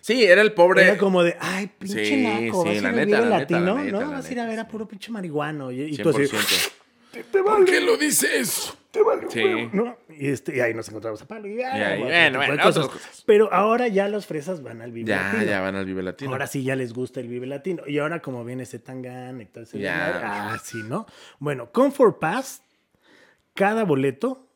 S2: Sí, era el pobre.
S1: Era como de, ay, pinche
S2: Sí,
S1: naco, vas
S2: sí,
S1: a ir
S2: la
S1: al Vive
S2: neta, la neta, la
S1: Latino,
S2: neta, la
S1: ¿no? Vas a ir
S2: neta,
S1: a ver a puro pinche marihuano. Y, y tú así,
S2: 100%.
S1: te
S2: ¿Por
S1: vale,
S2: qué lo dices?
S1: te vale,
S2: Sí.
S1: huevo", *laughs* ¿no? Y, este, y ahí nos encontramos a Pablo. Y, ah,
S2: ahí,
S1: guapo,
S2: bueno,
S1: tipo de
S2: bueno,
S1: cosas.
S2: otras cosas.
S1: Pero ahora ya los fresas van al Vive
S2: Ya,
S1: Latino.
S2: ya van al Vive Latino.
S1: Ahora sí ya les gusta el Vive Latino. Y ahora como viene ese tangán y todo ese
S2: Ya.
S1: desmadre, Ah, sí, ¿no? Bueno, Comfort Pass, cada boleto,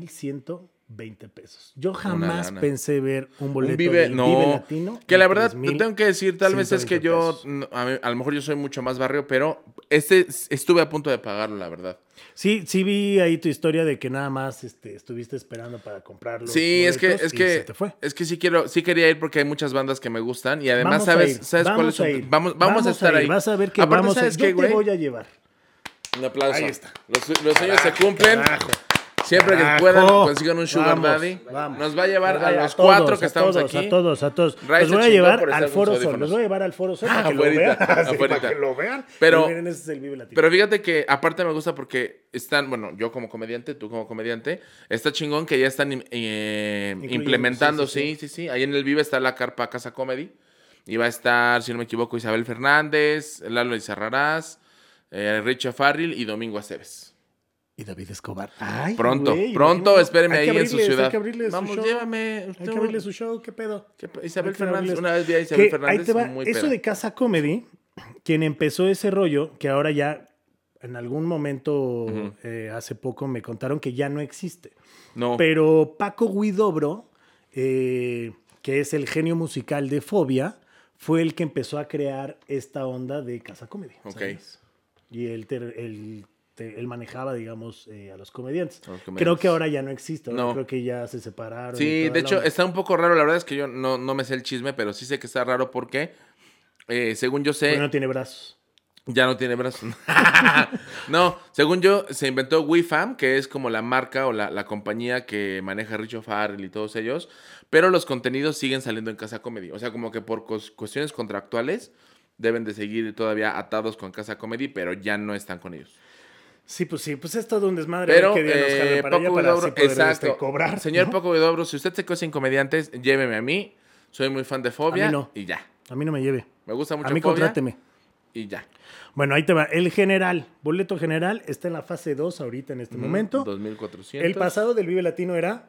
S1: 3,120 pesos. Yo jamás
S2: lana.
S1: pensé ver un boleto
S2: Un vive,
S1: del
S2: no.
S1: Vive Latino.
S2: que
S1: en
S2: la verdad, te
S1: 3,000.
S2: tengo que decir, tal vez es que
S1: 120
S2: yo,
S1: pesos.
S2: no, a, mí- a lo mejor yo soy mucho más barrio, pero este estuve a punto de pagarlo, la verdad.
S1: Sí, sí vi ahí tu historia de que nada más este, estuviste esperando para comprarlo.
S2: Sí, es que, es
S1: Se
S2: que,
S1: te fue.
S2: es que sí quiero, sí quería ir porque hay muchas bandas que me gustan y además
S1: Vamos a
S2: sabes,
S1: ir,
S2: sabes
S1: vamos
S2: cuáles son.
S1: a ir,
S2: Vamos, vamos, a estar
S1: ir,
S2: ahí.
S1: Vas a ver que
S2: Aparte,
S1: vamos a
S2: ¿sabes
S1: ir.
S2: qué,
S1: Yo te
S2: güey?
S1: voy a llevar.
S2: Un aplauso.
S1: Ahí está.
S2: Los, los sueños se cumplen.
S1: Ah, carajo.
S2: Siempre que
S1: Carajo.
S2: puedan, consigan un Sugar
S1: Vamos,
S2: Daddy.
S1: vamos.
S2: Nos va a llevar a,
S1: Ay,
S2: los cuatro
S1: todos,
S2: que
S1: a
S2: estamos
S1: todos,
S2: aquí.
S1: A todos, a todos.
S2: Ray
S1: los
S2: se
S1: voy a
S2: chingó
S1: llevar
S2: por estar
S1: al
S2: con
S1: Foro
S2: sus
S1: Sol.
S2: audífonos.
S1: Los voy a llevar al Foro Sol
S2: Ah,
S1: para que
S2: afuerita,
S1: lo vean. *laughs* Sí,
S2: afuerita.
S1: Para que lo vean.
S2: Pero-
S1: Y miren, ese es el Vive Latino.
S2: Pero fíjate que aparte me gusta porque están, bueno, yo como comediante, tú como comediante, está chingón que ya están im- eh,
S1: Incluyendo,
S2: implementando,
S1: sí, sí,
S2: sí sí, sí, Ahí en el Vive está la carpa Casa Comedy. Y va a estar, si no me equivoco, Isabel Fernández, Lalo Izarrarás, eh, Richa Farril y Domingo Aceves.
S1: Y David Escobar. Ay,
S2: Pronto,
S1: güey,
S2: pronto,
S1: imagínate.
S2: espérenme
S1: Hay que
S2: ahí en su
S1: abrirles,
S2: ciudad.
S1: Hay que abrirle su
S2: Vamos,
S1: show.
S2: llévame.
S1: Hay que abrirle su show. ¿Qué pedo?
S2: ¿Qué pa- Isabel
S1: Hay que
S2: Fernández,
S1: abrirles-
S2: una vez vi a Isabel
S1: Que
S2: Fernández,
S1: ahí te va.
S2: muy
S1: Eso
S2: peda.
S1: de Casa Comedy, quien empezó ese rollo, que ahora ya en algún momento eh, hace poco me contaron que ya no existe.
S2: No,
S1: Pero Paco Guidobro, eh, que es el genio musical de Fobia, fue el que empezó a crear esta onda de casa comedia.
S2: Ok.
S1: ¿sabes? Y él, ter- él te- él manejaba, digamos, eh, a los comediantes.
S2: A los comediantes.
S1: Creo que ahora ya no existe. ahora
S2: No.
S1: Creo que ya se separaron. y
S2: sí,
S1: toda la
S2: de hecho este
S1: onda.
S2: está un poco raro, la verdad es que yo no, no me sé el chisme, pero sí sé que está raro porque, eh, según yo sé,
S1: Porque no tiene brazos.
S2: ya no tiene brazos. *laughs* no, según yo, se inventó WeFam, que es como la marca o la, la compañía que maneja Richo Farrell y todos ellos, pero los contenidos siguen saliendo en Casa Comedy, o sea, como que por cos- cuestiones contractuales deben de seguir todavía atados con Casa Comedy, pero ya no están con ellos.
S1: Sí, pues sí, pues es todo un desmadre.
S2: Pero,
S1: a ver qué día nos jalan
S2: eh,
S1: para allá
S2: Paco
S1: para
S2: Huidobro,
S1: así poder,
S2: exacto.
S1: este, cobrar.
S2: Señor
S1: ¿no?
S2: Paco Huidobro, si usted se quedó sin comediantes, lléveme a mí. Soy muy fan de Fobia.
S1: A mí no.
S2: Y ya.
S1: A mí no me lleve.
S2: Me gusta mucho
S1: A mí
S2: Fobia.
S1: contráteme.
S2: Y ya.
S1: Bueno, ahí te va. El general, boleto general, está en la fase 2 ahorita en
S2: Mm,
S1: este momento.
S2: 2400.
S1: El pasado del Vive Latino era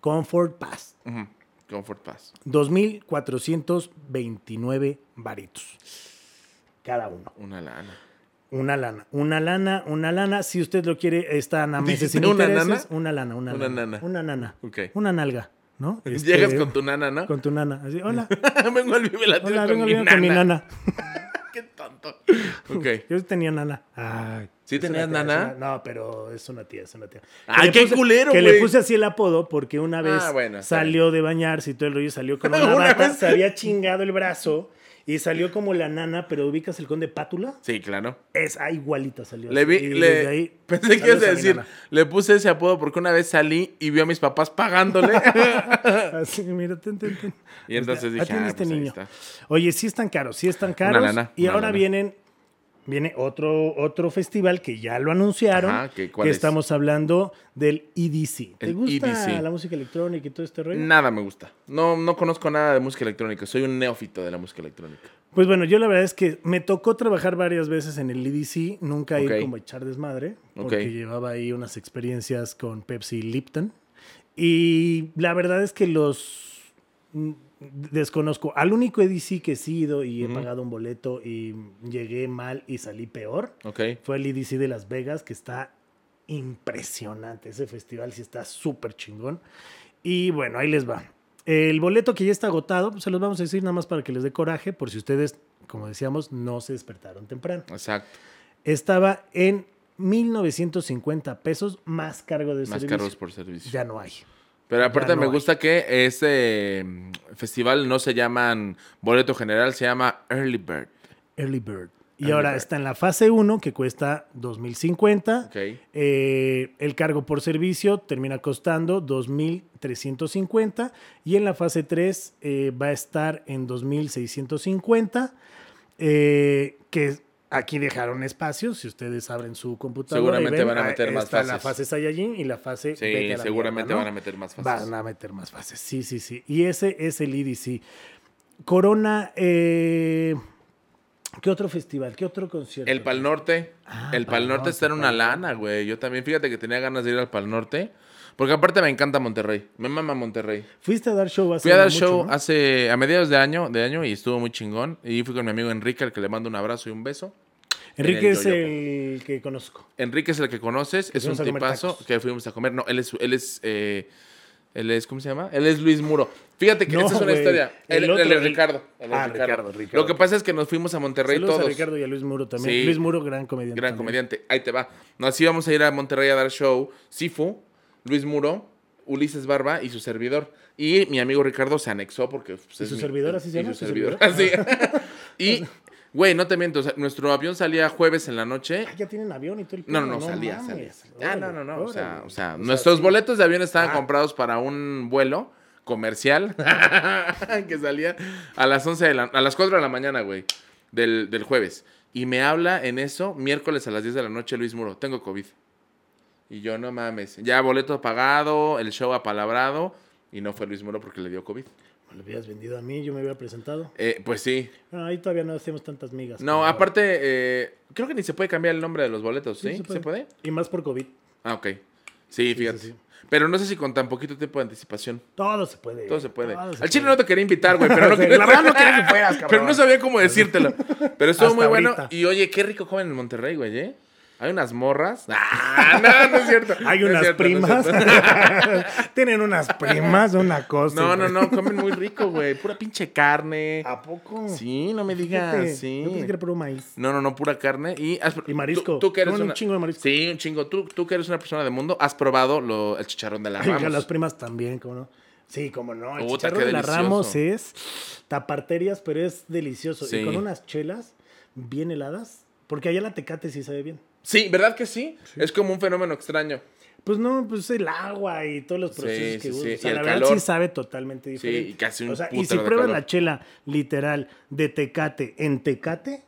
S1: Comfort Pass.
S2: Ujú, Comfort Pass.
S1: 2.429 varitos. Cada uno.
S2: Una lana.
S1: Una lana. Una lana, una lana. Si usted lo quiere, están a meses sin
S2: ¿Dijiste una
S1: intereses. Una lana, una,
S2: Una
S1: lana.
S2: nana.
S1: Una nana.
S2: Ok.
S1: Una nalga, ¿no? Este,
S2: *laughs* Llegas con tu nana, ¿no?
S1: Con tu nana. Así, hola.
S2: *laughs* vengo al Vive Latino
S1: hola,
S2: con,
S1: vengo
S2: mi
S1: bien con mi nana.
S2: Qué tonto. Ok.
S1: Yo tenía nana. Ay.
S2: ¿Sí
S1: Es una
S2: tenías
S1: tía, es
S2: nana?
S1: una- no, pero es una tía, es una tía.
S2: Ay,
S1: le
S2: qué
S1: puse-
S2: culero,
S1: Que
S2: güey. Ah,
S1: le puse así el apodo porque una vez
S2: bueno, está
S1: salió de bañarse y todo el rollo salió
S2: *laughs*
S1: con una,
S2: Una
S1: bata,
S2: vez.
S1: se había chingado el brazo y salió como la nana, pero ubicas el conde Pátula.
S2: Sí, claro.
S1: Es ah, igualita salió.
S2: Le
S1: así.
S2: vi,
S1: Y
S2: le-
S1: desde ahí,
S2: *laughs* pensé que
S1: saludos
S2: ibas
S1: mi
S2: a decir,
S1: nana.
S2: le puse ese apodo porque una vez salí y vi a mis papás
S1: *laughs*
S2: pagándole.
S1: Así, mira, ten, ten, ten.
S2: Y entonces
S1: Ah,
S2: dije,
S1: tiene
S2: ah,
S1: este
S2: pues ahí
S1: niño.
S2: está.
S1: Oye, sí están caros, sí están caros.
S2: lana,
S1: y
S2: una
S1: ahora
S2: lana.
S1: vienen viene otro, otro festival que ya lo anunciaron.
S2: Ajá, ¿qué- cuál
S1: que
S2: es?
S1: estamos hablando del EDC. ¿Te
S2: El E
S1: gusta
S2: EDC.
S1: la música electrónica y todo este rollo?
S2: Nada me gusta. No, no conozco nada de música electrónica. Soy un neófito de la música electrónica.
S1: Pues bueno, yo la verdad es que me tocó trabajar varias veces en el EDC, nunca
S2: Ok.
S1: ir como a echar desmadre, porque
S2: Ok.
S1: llevaba ahí unas experiencias con Pepsi y Lipton. Y la verdad es que los mm, desconozco. Al único EDC que sí he ido y he
S2: Ujú.
S1: pagado un boleto y llegué mal y salí peor
S2: Ok.
S1: fue el EDC de Las Vegas, que está impresionante. Ese festival sí está súper chingón. Y bueno, ahí les va. El boleto que ya está agotado, pues, se los vamos a decir nada más para que les dé coraje, por si ustedes, como decíamos, no se despertaron temprano.
S2: Exacto.
S1: Estaba en 1950 pesos más cargo de
S2: Más
S1: servicio.
S2: caros por servicio.
S1: Pues Ya no hay.
S2: Pero aparte
S1: Ya no
S2: me
S1: hay.
S2: gusta que este mm, festival no se llaman boleto general, se llama Early Bird.
S1: Early Bird. Y
S2: Early
S1: ahora
S2: Bird.
S1: está en la fase 1, que cuesta 2050.
S2: Ok.
S1: Eh, el cargo por servicio termina costando 2.350 y en la fase 3 eh, va a estar en 2.650, eh, que aquí dejaron espacios, si ustedes abren su computadora. y
S2: Seguramente
S1: ven,
S2: van a
S1: ah,
S2: meter más
S1: está La
S2: fases.
S1: fase Saiyajin y la fase...
S2: Sí, seguramente van a meter más fases.
S1: Van a meter más fases, sí, sí, sí. Y ese es el EDC. Corona, eh, ¿qué otro festival? ¿Qué otro concierto?
S2: El Pal Norte.
S1: Ah,
S2: el Pal Norte está en una
S1: Pal Norte.
S2: lana, güey. Yo también, fíjate que tenía ganas de ir al Pal Norte. Porque aparte me encanta Monterrey. Me mama Monterrey.
S1: Fuiste a dar show hace
S2: Fui a dar
S1: mucho,
S2: show
S1: ¿no?
S2: hace a mediados de año, de año y estuvo muy chingón. Y fui con mi amigo Enrique, al que le mando un abrazo y un beso.
S1: Enrique
S2: en el
S1: es
S2: Yoyopo.
S1: el que conozco.
S2: Enrique es el que conoces, es un
S1: fuimos a comer
S2: tipazo
S1: tacos.
S2: que fuimos a comer. No, él es, él es, eh, él es, ¿cómo se llama? Él es Luis Muro. Fíjate que
S1: No,
S2: esta es una
S1: güey,
S2: historia.
S1: el
S2: Él, él
S1: otro,
S2: es
S1: el-
S2: Ricardo. él es
S1: Ah, Ricardo, Ricardo.
S2: Lo que pasa es que nos fuimos a Monterrey
S1: Saludos
S2: todos.
S1: a Ricardo y a Luis Muro también.
S2: Sí.
S1: Luis Muro, gran comediante.
S2: Gran
S1: también.
S2: comediante. Ahí te va. Nos íbamos a ir a Monterrey a dar show. Sifu, Luis Muro, Ulises Barba y su servidor. Y mi amigo Ricardo se anexó porque... pues,
S1: ¿Y
S2: es
S1: su
S2: mi-
S1: servidor así se
S2: y
S1: llama?
S2: su
S1: ¿Su
S2: servidor. *laughs*
S1: *laughs*
S2: Así. y, güey, no te miento. o sea, nuestro avión salía jueves en la noche.
S1: Ah, ya tienen avión y todo el
S2: No, no,
S1: pedo,
S2: no, salía, salía.
S1: mames.
S2: Ah,
S1: Órale,
S2: no, no, no. O sea,
S1: órale.
S2: o sea,
S1: O sea,
S2: nuestros
S1: sí.
S2: boletos de avión estaban
S1: Ah.
S2: comprados para un vuelo comercial *laughs* que salía a las 11 de la, a las 4 de la mañana, güey, del, del jueves. Y me habla en eso miércoles a las 10 de la noche Luis Muro, tengo COVID. Y yo, no mames, ya boleto pagado, el show apalabrado, y no fue Luis Muro porque le dio COVID.
S1: Me lo hubieras vendido a mí, yo me hubiera presentado.
S2: Eh, pues sí.
S1: No, ahí todavía no hacemos tantas migas.
S2: No,
S1: como ahora.
S2: aparte, eh, creo que ni se puede cambiar el nombre de los boletos, ¿sí? ¿Se puede?
S1: Y más por COVID.
S2: Ah, ok. Sí, fíjate.
S1: sí.
S2: Pero no sé si con tan poquito tiempo de anticipación.
S1: Todo se puede.
S2: Todo se puede.
S1: Todo Ah, se
S2: Al chile
S1: puede.
S2: no te quería invitar, güey,
S1: *laughs*
S2: pero no
S1: Sí,
S2: quería.
S1: la verdad no quería que fueras, cabrón.
S2: *laughs* Pero no sabía cómo decírtelo. Pero estuvo
S1: Hasta
S2: muy bueno.
S1: ahorita.
S2: Y oye, qué rico comen en Monterrey, güey, ¿eh? Hay unas morras. *laughs* Ah, no, no es cierto.
S1: *laughs* Hay
S2: *laughs* No es
S1: unas
S2: cierto, no es
S1: primas. *laughs*
S2: cierto.
S1: tienen unas primas, una cosa.
S2: No, no,
S1: güey.
S2: no, comen muy rico, güey. Pura pinche carne.
S1: ¿A poco?
S2: Sí, no me digas,
S1: Fíjate,
S2: sí.
S1: Yo pensé que era puro maíz.
S2: No, no, no, pura carne. Y, has-
S1: Y marisco.
S2: Tú, tú que eres
S1: Comen un
S2: una-
S1: chingo de marisco.
S2: Sí, un chingo. Tú, tú que eres una persona de mundo, has probado lo- el chicharrón
S1: *laughs*
S2: de la
S1: Oiga,
S2: Ramos.
S1: las primas también, ¿cómo no? Sí, como no. El
S2: Puta,
S1: chicharrón
S2: qué
S1: de la
S2: delicioso.
S1: Ramos es taparterias, pero es delicioso.
S2: Sí.
S1: Y con unas chelas bien heladas, porque allá la tecate sí sabe bien.
S2: Sí, ¿verdad que sí? Es como un fenómeno extraño.
S1: Pues no, pues el agua y todos los
S2: Sí,
S1: procesos que
S2: sí,
S1: usa.
S2: sí.
S1: O sea,
S2: Y el
S1: la verdad
S2: calor.
S1: sí sabe totalmente diferente.
S2: y casi un
S1: O sea, y
S2: putero
S1: si
S2: de
S1: pruebas
S2: calor.
S1: la chela literal de tecate en tecate,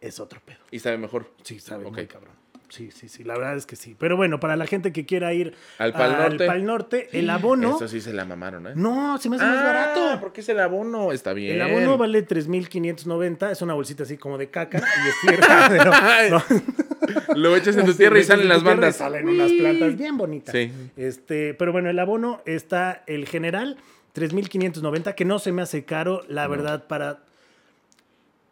S1: es otro pedo.
S2: Y sabe mejor.
S1: Sí, sabe
S2: Ok.
S1: muy cabrón. Sí, sí, sí, la verdad es que sí. Pero bueno, para la gente que quiera ir
S2: Al Pal Norte.
S1: Pal Norte, el abono.
S2: Eso sí se la mamaron, ¿eh?
S1: No, se me hace
S2: Ah,
S1: más barato.
S2: porque es el abono. Está bien.
S1: El abono vale 3.590, es una bolsita así como de caca
S2: *laughs*
S1: y es tierra. pero no.
S2: Lo echas en tu tierra y salen las
S1: Este, Tu tierra y
S2: bandas.
S1: Salen unas plantas bien bonitas.
S2: Sí.
S1: Este, pero bueno, el abono está el general 3.590, que no se me hace caro, la verdad, para...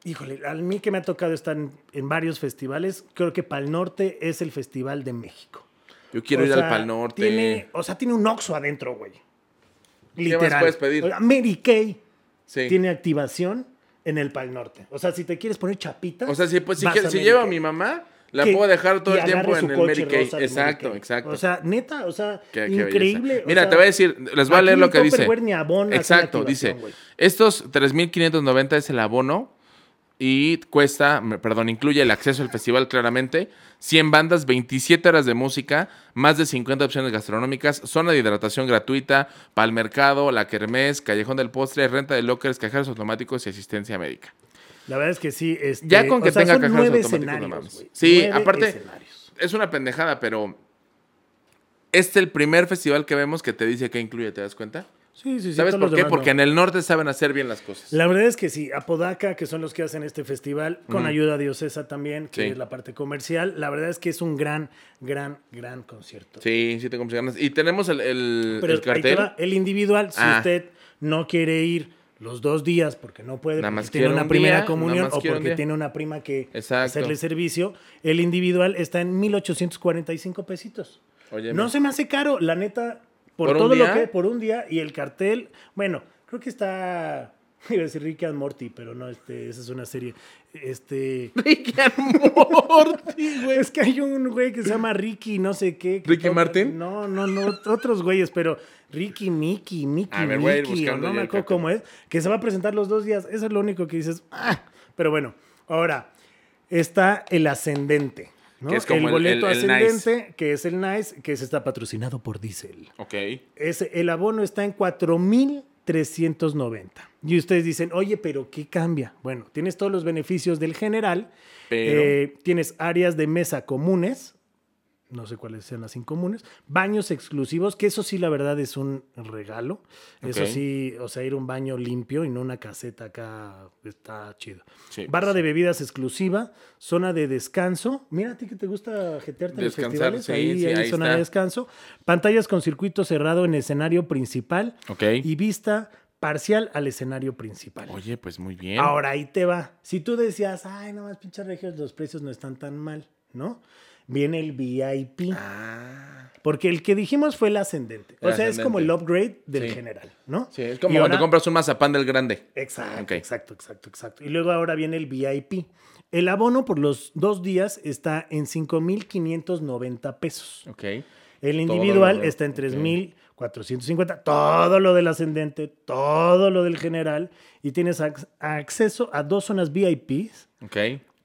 S1: Híjole, a mí que me ha tocado estar en, en varios festivales, creo que Pal Norte es el festival de México.
S2: Yo quiero
S1: O
S2: ir
S1: sea,
S2: al Pal Norte.
S1: tiene- o sea, tiene un Oxxo adentro, güey.
S2: más
S1: Literal.
S2: puedes pedir?
S1: O sea, Mary Kay
S2: Sí.
S1: tiene activación en el Pal Norte. O sea, si te quieres poner chapitas.
S2: O sea, si, pues, si,
S1: vas
S2: quiero-
S1: a
S2: si
S1: Mary
S2: llevo a
S1: Kay.
S2: mi mamá, la
S1: Que-
S2: puedo dejar todo
S1: y
S2: el tiempo
S1: agarre su
S2: en el
S1: coche
S2: Mary Kay.
S1: rosa del
S2: Exacto,
S1: Mary Kay.
S2: exacto.
S1: O sea, neta, o sea,
S2: Qué- qué
S1: increíble.
S2: belleza.
S1: o
S2: Mira,
S1: sea,
S2: te voy a decir, les voy a
S1: aquí
S2: leer
S1: ni
S2: lo que dice.
S1: Tupperware ni abono hacen
S2: Exacto,
S1: activación,
S2: dice,
S1: güey.
S2: estos 3.590 es el abono y cuesta, me- perdón, incluye el acceso al festival claramente, 100 bandas, 27 horas de música, más de 50 opciones gastronómicas, zona de hidratación gratuita, pal mercado, la kermés, callejón del postre, renta de lockers, cajeros automáticos y asistencia médica.
S1: La verdad es que sí. Este,
S2: Ya con que
S1: o sea,
S2: tenga
S1: son
S2: cajeros
S1: nueve
S2: automáticos, no
S1: escenarios.
S2: mames.
S1: güey.
S2: Sí,
S1: Nueve
S2: aparte-
S1: escenarios.
S2: Es una pendejada, pero. Este es el primer festival que vemos que te dice qué incluye, ¿te das cuenta?
S1: Sí, sí, sí,
S2: ¿Sabes
S1: todos los
S2: por qué?
S1: demás no.
S2: Porque en el norte saben hacer bien las cosas.
S1: La verdad es que sí, Apodaca, que son los que hacen este festival, con
S2: Ujú.
S1: ayuda diocesa también, que
S2: Sí.
S1: es la parte comercial, la verdad es que es un gran, gran, gran concierto.
S2: Sí, sí tengo muchas ganas. Y tenemos el, el,
S1: Pero
S2: el
S1: ahí te
S2: cartel.
S1: va, el individual, si
S2: Ah.
S1: usted no quiere ir los dos días porque no puede,
S2: Nada
S1: porque
S2: más
S1: tiene
S2: quiere
S1: una
S2: un
S1: primera
S2: día,
S1: comunión
S2: nada más
S1: o
S2: quiere un
S1: porque
S2: día.
S1: tiene una prima que
S2: Exacto.
S1: hacerle servicio, el individual está en 1845 pesitos.
S2: Oye,
S1: No
S2: mi-
S1: se me hace caro, la neta, por,
S2: ¿Por un
S1: todo lo
S2: día?
S1: que, por un día y el cartel, bueno, creo que está, *laughs* iba a decir Rick and Morty, pero no, este, esa es una serie,
S2: *laughs*
S1: este...
S2: Ricky and Morty.
S1: *laughs* Es que hay un güey que se llama Ricky, no sé qué. que
S2: ¿Ricky
S1: toca-
S2: Martin?
S1: No, no, no, ot- otros güeyes, pero Ricky, Mickey, Mickey,
S2: A ver, voy a ir
S1: Mickey, o
S2: buscando
S1: no
S2: ya
S1: me
S2: el
S1: acuerdo cómo es, que se va a presentar los dos días. Eso es lo único que dices. "Ah". Pero bueno, ahora está el ascendente. ¿no?
S2: Que es
S1: el
S2: como el-
S1: boleto
S2: el- el
S1: ascendente, que es el Nice, que se está patrocinado por Diesel.
S2: ok.
S1: Ese- el abono está en 4,390. Y ustedes dicen, oye, pero ¿qué cambia? Bueno, tienes todos los beneficios del general.
S2: Pero-
S1: eh, tienes áreas de mesa comunes. No sé cuáles sean las incomunes. Baños exclusivos, que eso sí, la verdad, es un regalo. Eso
S2: Ok.
S1: sí, o sea, ir a un baño limpio y no una caseta acá está chido.
S2: Sí,
S1: Barra
S2: pues,
S1: de bebidas exclusiva, zona de descanso. Mira a ti que te gusta jetearte en los
S2: Descansar,
S1: festivales.
S2: sí,
S1: ahí,
S2: sí,
S1: ahí
S2: ahí
S1: zona de
S2: está.
S1: descanso. Pantallas con circuito cerrado en escenario principal
S2: Ok.
S1: y vista parcial al escenario principal.
S2: Oye, pues muy bien.
S1: Ahora ahí te va. Si tú decías, ay, no más pinches regios, los precios no están tan mal, ¿no? Viene el VIP.
S2: Ah.
S1: Porque el que dijimos fue el ascendente. O
S2: El
S1: sea, es como el
S2: ascendente.
S1: upgrade del
S2: Sí.
S1: general, ¿no?
S2: Sí, es como
S1: Y
S2: cuando
S1: ahora-
S2: compras un mazapán del grande.
S1: Exacto,
S2: Ok.
S1: exacto, exacto, exacto. Y luego ahora viene el VIP. El abono por los dos días está en 5,590 pesos.
S2: Ok.
S1: El
S2: Todo
S1: individual
S2: lo-
S1: está en
S2: ok.
S1: 3,450. Todo lo del ascendente, todo lo del general. Y tienes ac- acceso a dos zonas VIPs.
S2: Ok.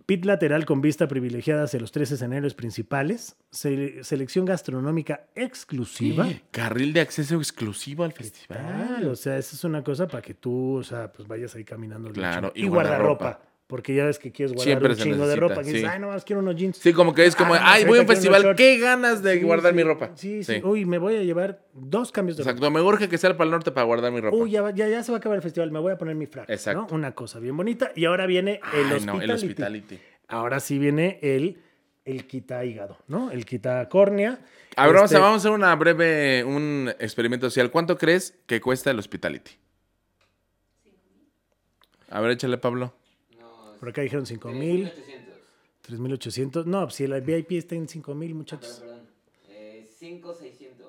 S1: Pit lateral con vista privilegiada hacia los tres escenarios principales. se- selección gastronómica exclusiva.
S2: Carril de acceso exclusivo al
S1: Tal,
S2: festival.
S1: o sea, esa es una cosa para que tú, o sea, pues vayas ahí caminando.
S2: Claro,
S1: y,
S2: y
S1: guardarropa.
S2: guardarropa.
S1: Porque ya ves que quieres guardar
S2: Siempre
S1: un
S2: se
S1: chingo de
S2: necesita,
S1: ropa. Que dices,
S2: sí.
S1: ay, no más quiero unos jeans.
S2: Sí, como que es como,
S1: Ah, no,
S2: ay, voy a un
S1: ahorita quiero unos
S2: festival,
S1: shorts.
S2: qué ganas de
S1: Sí,
S2: guardar
S1: sí,
S2: mi ropa.
S1: Sí, sí, Uy, me voy a llevar dos cambios de ropa.
S2: Exacto, me urge que sea para el norte para guardar mi ropa.
S1: Uy, ya, va- ya, ya se va a acabar el festival. Me voy a poner mi frac. ¿no?
S2: Exacto.
S1: Una cosa bien bonita. Y ahora viene el,
S2: Ay,
S1: hospitality.
S2: no, el hospitality.
S1: Ahora sí viene el, el quita hígado, ¿no? El quita córnea.
S2: A ver, vamos,
S1: Este,
S2: a, vamos a hacer una breve, un experimento social. ¿Cuánto crees que cuesta el hospitality? A ver, échale, Pablo.
S4: No,
S1: Por acá dijeron 5 mil, 3.800.
S4: 3,800.
S1: No, pues si el VIP está en 5 mil,
S4: Perdón,
S1: muchachos.
S4: perdón. Eh, 5,600.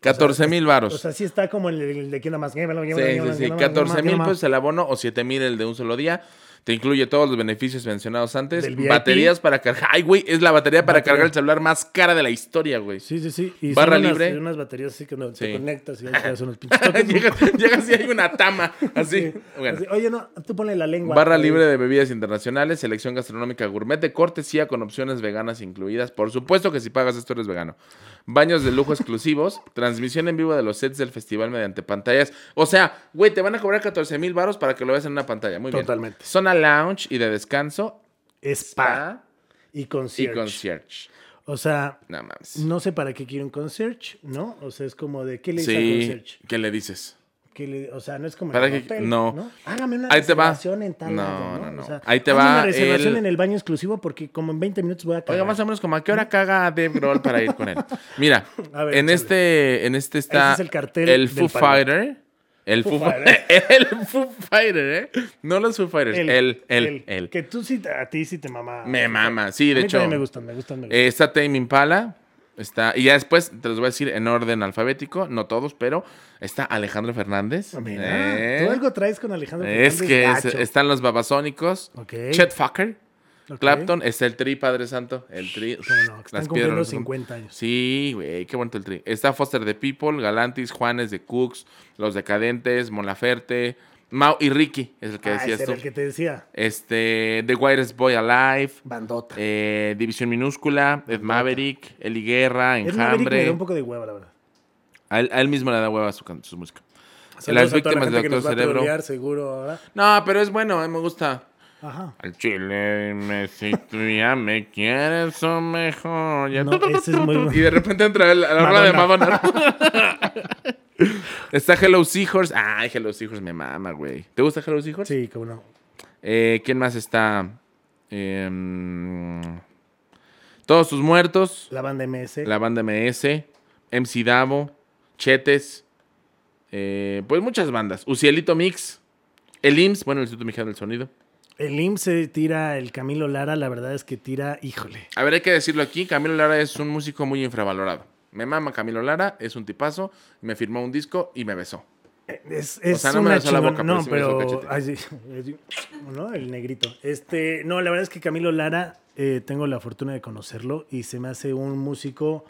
S2: 14 mil varos.
S1: O sea, sí está como el, el de quién da más. Sí,
S2: Sí, sí, sí. 14 mil pesos el abono o 7 mil el de un solo día. Te incluye todos los beneficios mencionados antes.
S1: Del VIP.
S2: Baterías para cargar. Ay, güey, es la batería para
S1: Batería.
S2: cargar el celular más cara de la historia, güey.
S1: Sí, sí, sí. Y
S2: Barra
S1: son unas-
S2: libre.
S1: unas baterías así que no, te
S2: Sí.
S1: conectas y
S2: *laughs*
S1: ahí te hacen unos pinches toques.
S2: Llegas llegas y hay una tama. Así. Bueno.
S1: Así, Oye, no, tú ponle la lengua. eh,
S2: Barra
S1: Ahí.
S2: libre de bebidas internacionales, selección gastronómica gourmet de cortesía con opciones veganas incluidas. Por supuesto que si pagas esto eres vegano. Baños
S1: *laughs*
S2: de lujo exclusivos, transmisión en vivo de los sets del festival mediante pantallas. O sea, güey, te van a cobrar 14 mil baros para que lo veas en una pantalla. Muy bien.
S1: Totalmente.
S2: Zona lounge y de descanso,
S1: Spa
S2: spa
S1: y
S2: y
S1: concierge.
S2: concierge.
S1: O sea,
S2: Nada más.
S1: no sé para qué quiero un concierge, ¿no? O sea, es como de, ¿qué le dice al
S2: Sí,
S1: concierge?
S2: ¿qué le dices?
S1: Que le- o sea, no es como
S2: Para
S1: en el
S2: que-
S1: hotel,
S2: no.
S1: Hágame una
S2: Ahí te va.
S1: reservación en tal
S2: No,
S1: lado, ¿no?
S2: no, no.
S1: O sea,
S2: Ahí te
S1: hazme
S2: va
S1: una reservación
S2: el-
S1: en el baño exclusivo porque como en 20 minutos voy a cagar.
S2: Oiga, más o menos como a qué hora caga Dave Grohl para ir con él. Mira,
S1: A ver,
S2: en
S1: échale.
S2: este en este
S1: Ese
S2: está
S1: es el cartel
S2: el
S1: del
S2: Foo
S1: Palo.
S2: Fighter, el
S1: Foo
S2: Foo, Fighter, *laughs* el Foo Fighter, ¿eh? No los Foo Fighters, el el el.
S1: Que tú sí, te- a ti sí te mama.
S2: Me mama, sí,
S1: Ah, A
S2: de
S1: mí
S2: hecho.
S1: también me gustan, me gustan, me gustan.
S2: Eh, está Tame Impala, está y ya después te los voy a decir en orden alfabético, no todos, pero está Alejandro Fernández.
S1: Ah, Mira,
S2: ¿eh?
S1: tú algo traes con Alejandro
S2: Es
S1: Fernández
S2: que es- este
S1: gacho.
S2: están los babasónicos,
S1: Ok.
S2: Chet Fucker,
S1: Ok.
S2: Clapton, está el Tri Padre Santo, el Tri.
S1: Cómo no, que están
S2: las
S1: cumpliendo
S2: piedras,
S1: 50 años.
S2: Sí, güey, qué bonito el tri. Está Foster the People, Galantis, Juanes de Cooks, Los Decadentes, Molaferte, Mau y Ricky, es el que
S1: Ah,
S2: decías
S1: ese era
S2: tú.
S1: el que te decía.
S2: Este, The Wirest Boy Alive,
S1: Bandota.
S2: eh, División Minúscula, Ed Maverick, Eli Guerra,
S1: es Maverick me da
S2: Enjambre.
S1: un poco de hueva, la verdad.
S2: A él, a él mismo le da hueva su, can- su música.
S1: Saludos a toda
S2: víctimas del
S1: gente que nos
S2: Doctor
S1: va a
S2: Cerebro.
S1: trolear, seguro ahora.
S2: No, pero es bueno, eh, me gusta.
S1: Ajá.
S2: Al chile, dime si tú ya me quieres o mejor. Ya.
S1: No, ese es muy bueno.
S2: Y *laughs* de repente entra el- a la hora de Madonna. *laughs* Está Hello Seahorse. Ay, Hello Seahorse me mama, güey. ¿Te gusta Hello Seahorse?
S1: Sí, como no.
S2: Eh, ¿Quién más está? Em, todos sus muertos.
S1: La banda MS.
S2: La banda MS. MC Davo. Chetes. eh, pues muchas bandas. Ucielito Mix. El IMSS. Bueno, el Instituto Mexicano del Sonido.
S1: El IMSS se tira, el Camilo Lara, la verdad es que tira, híjole.
S2: A ver, hay que decirlo aquí. Camilo Lara es un músico muy infravalorado. Me mama Camilo Lara, es un tipazo, me firmó un disco y me besó.
S1: Es, es
S2: sea, no me
S1: una
S2: besó la
S1: chingona-
S2: boca, pero
S1: No,
S2: sí me besó el
S1: pero. ay, sí, *laughs* así, ¿no? El negrito. Este, no, la verdad es que Camilo Lara, eh, tengo la fortuna de conocerlo y se me hace un músico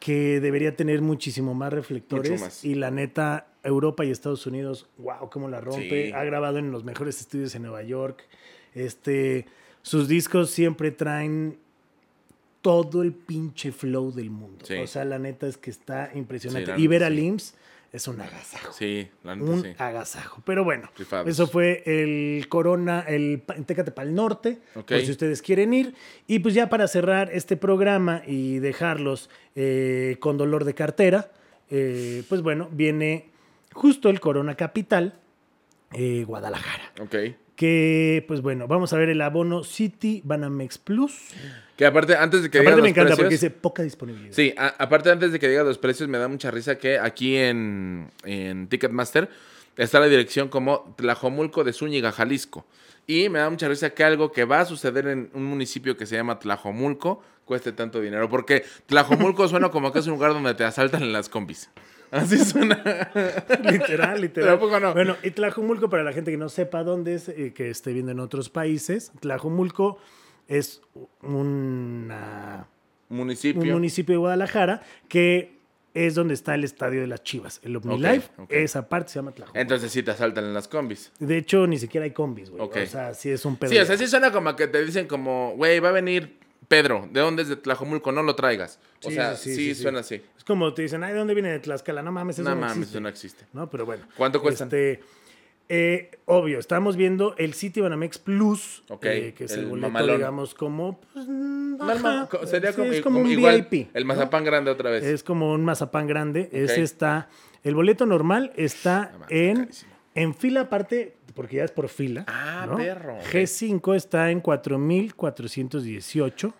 S1: que debería tener muchísimo más reflectores.
S2: Mucho más.
S1: Y la neta, Europa y Estados Unidos, wow, cómo la rompe.
S2: Sí.
S1: Ha grabado en los mejores estudios en Nueva York. Este, sus discos siempre traen todo el pinche flow del mundo.
S2: Sí.
S1: O sea, la neta es que está
S2: Sí,
S1: impresionante.
S2: la
S1: y ver
S2: neta
S1: a
S2: sí.
S1: Limbs es un agasajo
S2: Sí, la neta
S1: un
S2: sí.
S1: agasajo. Pero bueno,
S2: Rifados.
S1: eso fue el Corona, el pa- Tecate Pal Norte,
S2: Ok.
S1: por si ustedes quieren ir. Y pues ya para cerrar este programa y dejarlos eh, con dolor de cartera, eh, pues bueno, viene justo el Corona Capital, eh, Guadalajara.
S2: Ok.
S1: Que pues bueno, vamos a ver el abono City Banamex Plus.
S2: Que aparte, antes de que digas
S1: Aparte me
S2: los
S1: encanta porque
S2: precios-
S1: dice poca disponibilidad.
S2: Sí, a- aparte antes de que diga los precios, me da mucha risa que aquí en, en Ticketmaster está la dirección como Tlajomulco de Zúñiga, Jalisco. Y me da mucha risa que algo que va a suceder en un municipio que se llama Tlajomulco cueste tanto dinero. Porque Tlajomulco suena como que es un lugar donde te asaltan en las combis. *laughs* Así suena.
S1: *laughs* literal, literal.
S2: ¿A poco no?
S1: Bueno, y Tlajumulco, para la gente que no sepa dónde es, eh, que esté viendo en otros países, Tlajumulco es una-
S2: Municipio.
S1: un municipio de Guadalajara que es donde está el estadio de las Chivas, el OmniLife.
S2: ok.
S1: Esa parte se llama Tlajumulco.
S2: Entonces sí te asaltan en las combis.
S1: de hecho, ni siquiera hay combis, güey.
S2: Ok.
S1: O sea, sí es un pedo.
S2: Sí, o sea, sí suena como que te dicen como, güey, va a venir Pedro. ¿De dónde es de Tlajomulco? No lo traigas. O
S1: Sí,
S2: sea,
S1: sí,
S2: sí,
S1: sí, sí, sí.
S2: suena así.
S1: Es como te dicen, ay, ¿de dónde viene de Tlaxcala? No mames, eso
S2: No
S1: no
S2: mames,
S1: existe.
S2: eso no existe.
S1: ¿no? Pero bueno.
S2: ¿Cuánto cuestan?
S1: Este, eh, obvio, estamos viendo el City Banamex Plus,
S2: Ok,
S1: eh, que es el,
S2: el
S1: boleto,
S2: mamalón.
S1: digamos, como... pues, mm,
S2: No, el ma-
S1: ajá,
S2: co- sería
S1: sí,
S2: como,
S1: es como un
S2: igual
S1: VIP.
S2: el
S1: ¿no?
S2: mazapán grande otra vez.
S1: Es como un mazapán grande. Ese
S2: Ok.
S1: está... El boleto normal está
S2: Ah, man, está
S1: en,
S2: carísimo.
S1: en fila aparte, porque ya es por fila.
S2: Ah,
S1: ¿no?
S2: perro, ok.
S1: G5 está en 4.418.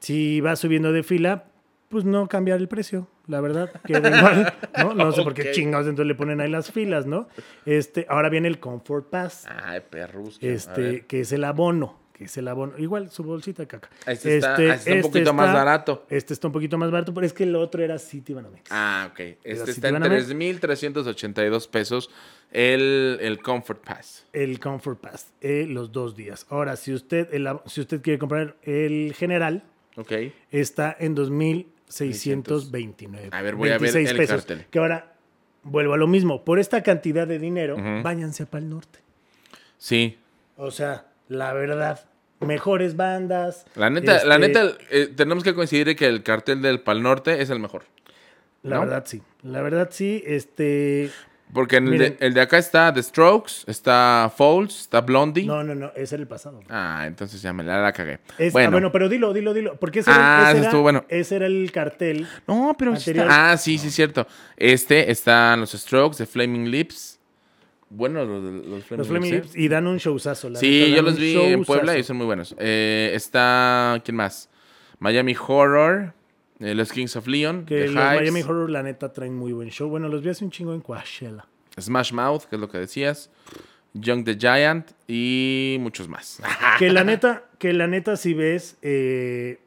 S1: Si va subiendo de fila, pues no cambiar el precio, la verdad. Queda igual, ¿no? No sé por qué
S2: *laughs* Ok.
S1: chingados entonces le ponen ahí las filas, ¿no? Este, ahora viene el Comfort Pass,
S2: Ay, perrusca. Ah, a
S1: este,
S2: ver.
S1: que es el abono, que es el abono. Igual su bolsita de caca.
S2: Este está- este está un poquito más barato.
S1: Este está un poquito más barato, pero es que el otro era City Banamex.
S2: Ah, ok.
S1: Pero
S2: Este
S1: si
S2: está
S1: te
S2: en
S1: van a ver-
S2: 3.382 pesos el, el Comfort Pass.
S1: El Comfort Pass, eh, los dos días. Ahora, si usted, el ab- si usted quiere comprar el general,
S2: Ok.
S1: está en 2.629.
S2: A ver, voy a ver
S1: 26
S2: el cartel.
S1: Que ahora vuelvo a lo mismo. Por esta cantidad de dinero,
S2: Ujú.
S1: váyanse para el norte.
S2: Sí.
S1: O sea, la verdad, mejores bandas.
S2: La neta, la
S1: este,
S2: neta, eh, tenemos que coincidir que el cartel del Pal Norte es el mejor.
S1: La
S2: ¿no?
S1: verdad, sí. La verdad, sí. Este.
S2: Porque en el, de,
S1: Miren.
S2: el de acá está The Strokes, está Falls, está Blondie.
S1: No, no, no. Ese era el pasado.
S2: Ah, entonces ya me la, la cagué.
S1: Es- ah, bueno.
S2: bueno.
S1: pero dilo, dilo, dilo. Porque ese,
S2: Ah,
S1: era,
S2: ese
S1: ese, era,
S2: estuvo bueno.
S1: ese era el cartel.
S2: No, pero sí está-
S1: Anterior.
S2: Ah, sí, sí, es cierto. Este están los Strokes, The Flaming Lips. Bueno, los, los Flaming,
S1: Los Flaming
S2: Lips. ¿eh?
S1: Lips, y dan un showzazo. la neta,
S2: Sí, yo
S1: dan
S2: los
S1: un
S2: vi en Puebla y
S1: showzazo.
S2: son muy buenos. Eh, está, ¿quién más? Miami Horror, eh, los Kings of Leon,
S1: Que
S2: The
S1: los
S2: Hives,
S1: Miami Horror, la neta, traen muy buen show. Bueno, los vi hace un chingo en Coachella.
S2: Smash Mouth, que es lo que decías, Young the Giant y muchos más. Ah,
S1: Que la neta, que la neta, si ves, eh,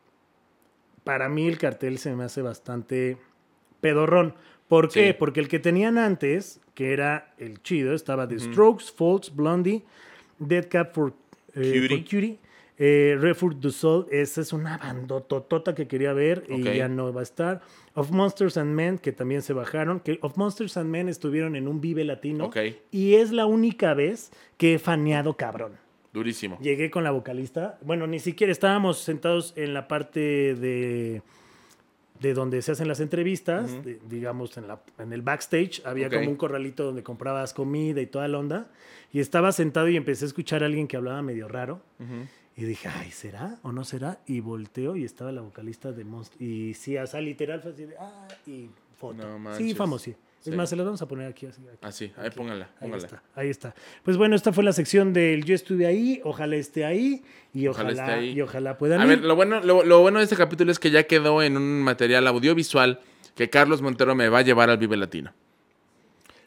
S1: para mí el cartel se me hace bastante pedorrón. ¿Por qué?
S2: Sí.
S1: Porque el que tenían antes, que era el chido, estaba The Strokes, Folds, Blondie, Dead Cat for, eh,
S2: Cutie.
S1: for Cutie, eh, Refuge du Sol. Esa es una bandototota que quería ver
S2: Ok.
S1: y ya no va a estar. Of Monsters and Men, que también se bajaron. Que Of Monsters and Men estuvieron en un Vive Latino.
S2: Ok.
S1: Y es la única vez que he faneado cabrón.
S2: Durísimo.
S1: Llegué con la vocalista. Bueno, ni siquiera estábamos sentados en la parte de de donde se hacen las entrevistas,
S2: Ujú.
S1: de- digamos en, la, en el backstage, había
S2: Ok.
S1: como un corralito donde comprabas comida y toda la onda, y estaba sentado y empecé a escuchar a alguien que hablaba medio raro,
S2: Ujú.
S1: y dije, ay, ¿será o no será? Y volteo y estaba la vocalista de Monster, y sí, o sea, literal fue así de, ah, y foto.
S2: No
S1: sí,
S2: manches.
S1: famoso.
S2: Sí.
S1: Es más, se las vamos a poner aquí. Así, aquí.
S2: Así, Ah, ahí póngala,
S1: Ahí
S2: póngala.
S1: está, ahí está. Pues bueno, esta fue la sección del yo estuve ahí, ojalá esté ahí y ojalá,
S2: Ojalá esté ahí.
S1: y ojalá puedan
S2: A
S1: ir.
S2: ver, lo bueno, lo, lo bueno de este capítulo es que ya quedó en un material audiovisual que Carlos Montero me va a llevar al Vive Latino.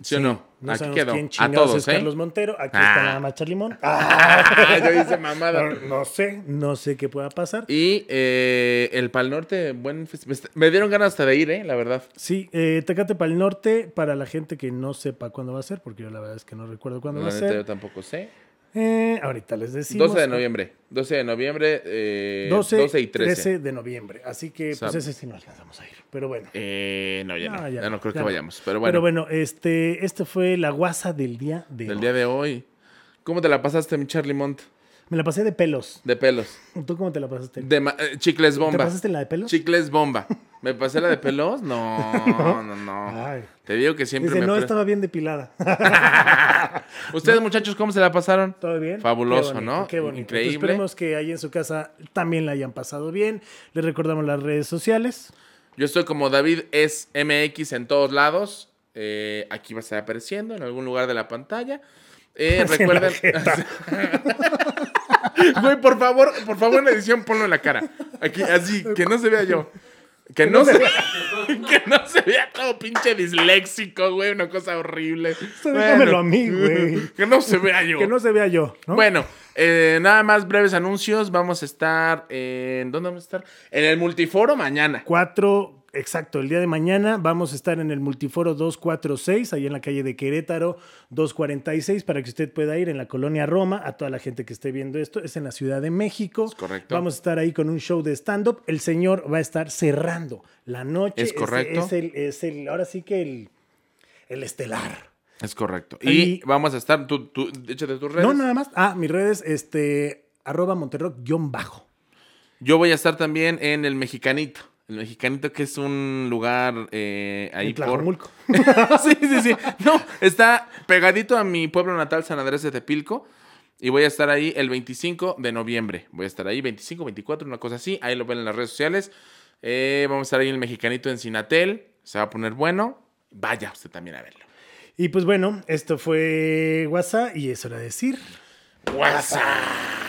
S2: ¿Sí, o no?
S1: No
S2: Aquí
S1: sabemos
S2: quedó.
S1: quién
S2: a
S1: chingados
S2: todos,
S1: es
S2: ¿eh? *laughs*
S1: Carlos Montero, aquí
S2: Ah.
S1: está nada más Charlimón.
S2: Ah, yo hice mamada.
S1: *laughs* No, no sé, no sé qué pueda pasar.
S2: Y eh, el Pal Norte, buen fest- me est- Me dieron ganas hasta de ir, ¿eh? La verdad.
S1: Sí, eh, Tecate para el norte, para la gente que no sepa cuándo va a ser, porque yo la verdad es que no recuerdo cuándo
S2: La
S1: va a
S2: neta, yo
S1: ser.
S2: tampoco sé.
S1: Eh, ahorita les decimos.
S2: 12 de noviembre. 12 de noviembre, eh, 12,
S1: 12,
S2: y 13.
S1: 13 de noviembre. Así que pues
S2: Sábado.
S1: ese sí no alcanzamos a ir. Pero bueno.
S2: Eh, no, ya no.
S1: No, ya
S2: Ya, no
S1: no,
S2: creo
S1: ya
S2: que
S1: no.
S2: vayamos. Pero bueno,
S1: Pero bueno, este, este fue la guasa del día de
S2: del
S1: hoy.
S2: día de hoy. ¿Cómo te la pasaste, mi Charlie Mont?
S1: Me la pasé de pelos.
S2: De pelos.
S1: ¿Tú cómo te la pasaste?
S2: De ma- eh, chicles
S1: ¿Te
S2: bomba.
S1: pasaste la de pelos?
S2: Chicles bomba. ¿Me pasé la
S1: *laughs*
S2: de pelos? No, no, no.
S1: Ay.
S2: Te digo que siempre
S1: Ah. Dice,
S2: me.
S1: no,
S2: pre-
S1: estaba bien depilada. *laughs*
S2: Ustedes, muchachos, ¿cómo se la pasaron?
S1: ¿Todo bien?
S2: Fabuloso,
S1: Qué bonito,
S2: ¿no?
S1: Qué bonito.
S2: Increíble.
S1: Pues esperemos que ahí en su casa también la hayan pasado bien. Les recordamos las redes sociales.
S2: Yo estoy como David es MX en todos lados. Eh, aquí va a estar apareciendo en algún lugar de la pantalla.
S1: *laughs*
S2: Eh,
S1: Así en la
S2: recuerden. *laughs* Güey, por favor, por favor, en la edición ponlo en la cara. Aquí, así, que no se vea yo. Que no se vea. *laughs* Que no se vea todo pinche disléxico, güey. Una cosa horrible.
S1: déjamelo a mí, güey.
S2: *laughs* Que no se vea yo.
S1: Que no se vea yo, ¿no?
S2: Bueno, eh, nada más breves anuncios. Vamos a estar en. ¿Dónde vamos a estar? En el multiforo mañana.
S1: 4, exacto, el día de mañana vamos a estar en el Multiforo 246, ahí en la calle de Querétaro 246, para que usted pueda ir en la colonia Roma, a toda la gente que esté viendo esto, es en la Ciudad de México.
S2: Es correcto.
S1: Vamos a estar ahí con un show de stand-up, el señor va a estar cerrando la noche.
S2: Es correcto.
S1: Es, el, es el, ahora sí que el, el estelar.
S2: Es correcto. Y,
S1: Y-
S2: vamos a estar, tú, tú, échate tus redes.
S1: No, nada más. Ah, mis redes, este, arroba monterrock-bajo.
S2: Yo voy a estar también en El Mexicanito. El Mexicanito que es un lugar eh, ahí
S1: En
S2: por...
S1: Tlajomulco. *laughs*
S2: sí, sí, sí. No, está pegadito a mi pueblo natal, San Andrés de Tepilco. Y voy a estar ahí el 25 de noviembre. Voy a estar ahí 25, 24, una cosa así. Ahí lo ven en las redes sociales. Eh, vamos a estar ahí en El Mexicanito en Sinatel. Se va a poner bueno. Vaya usted también a verlo.
S1: Y pues bueno, esto fue WhatsApp y es hora de decir.
S2: WhatsApp.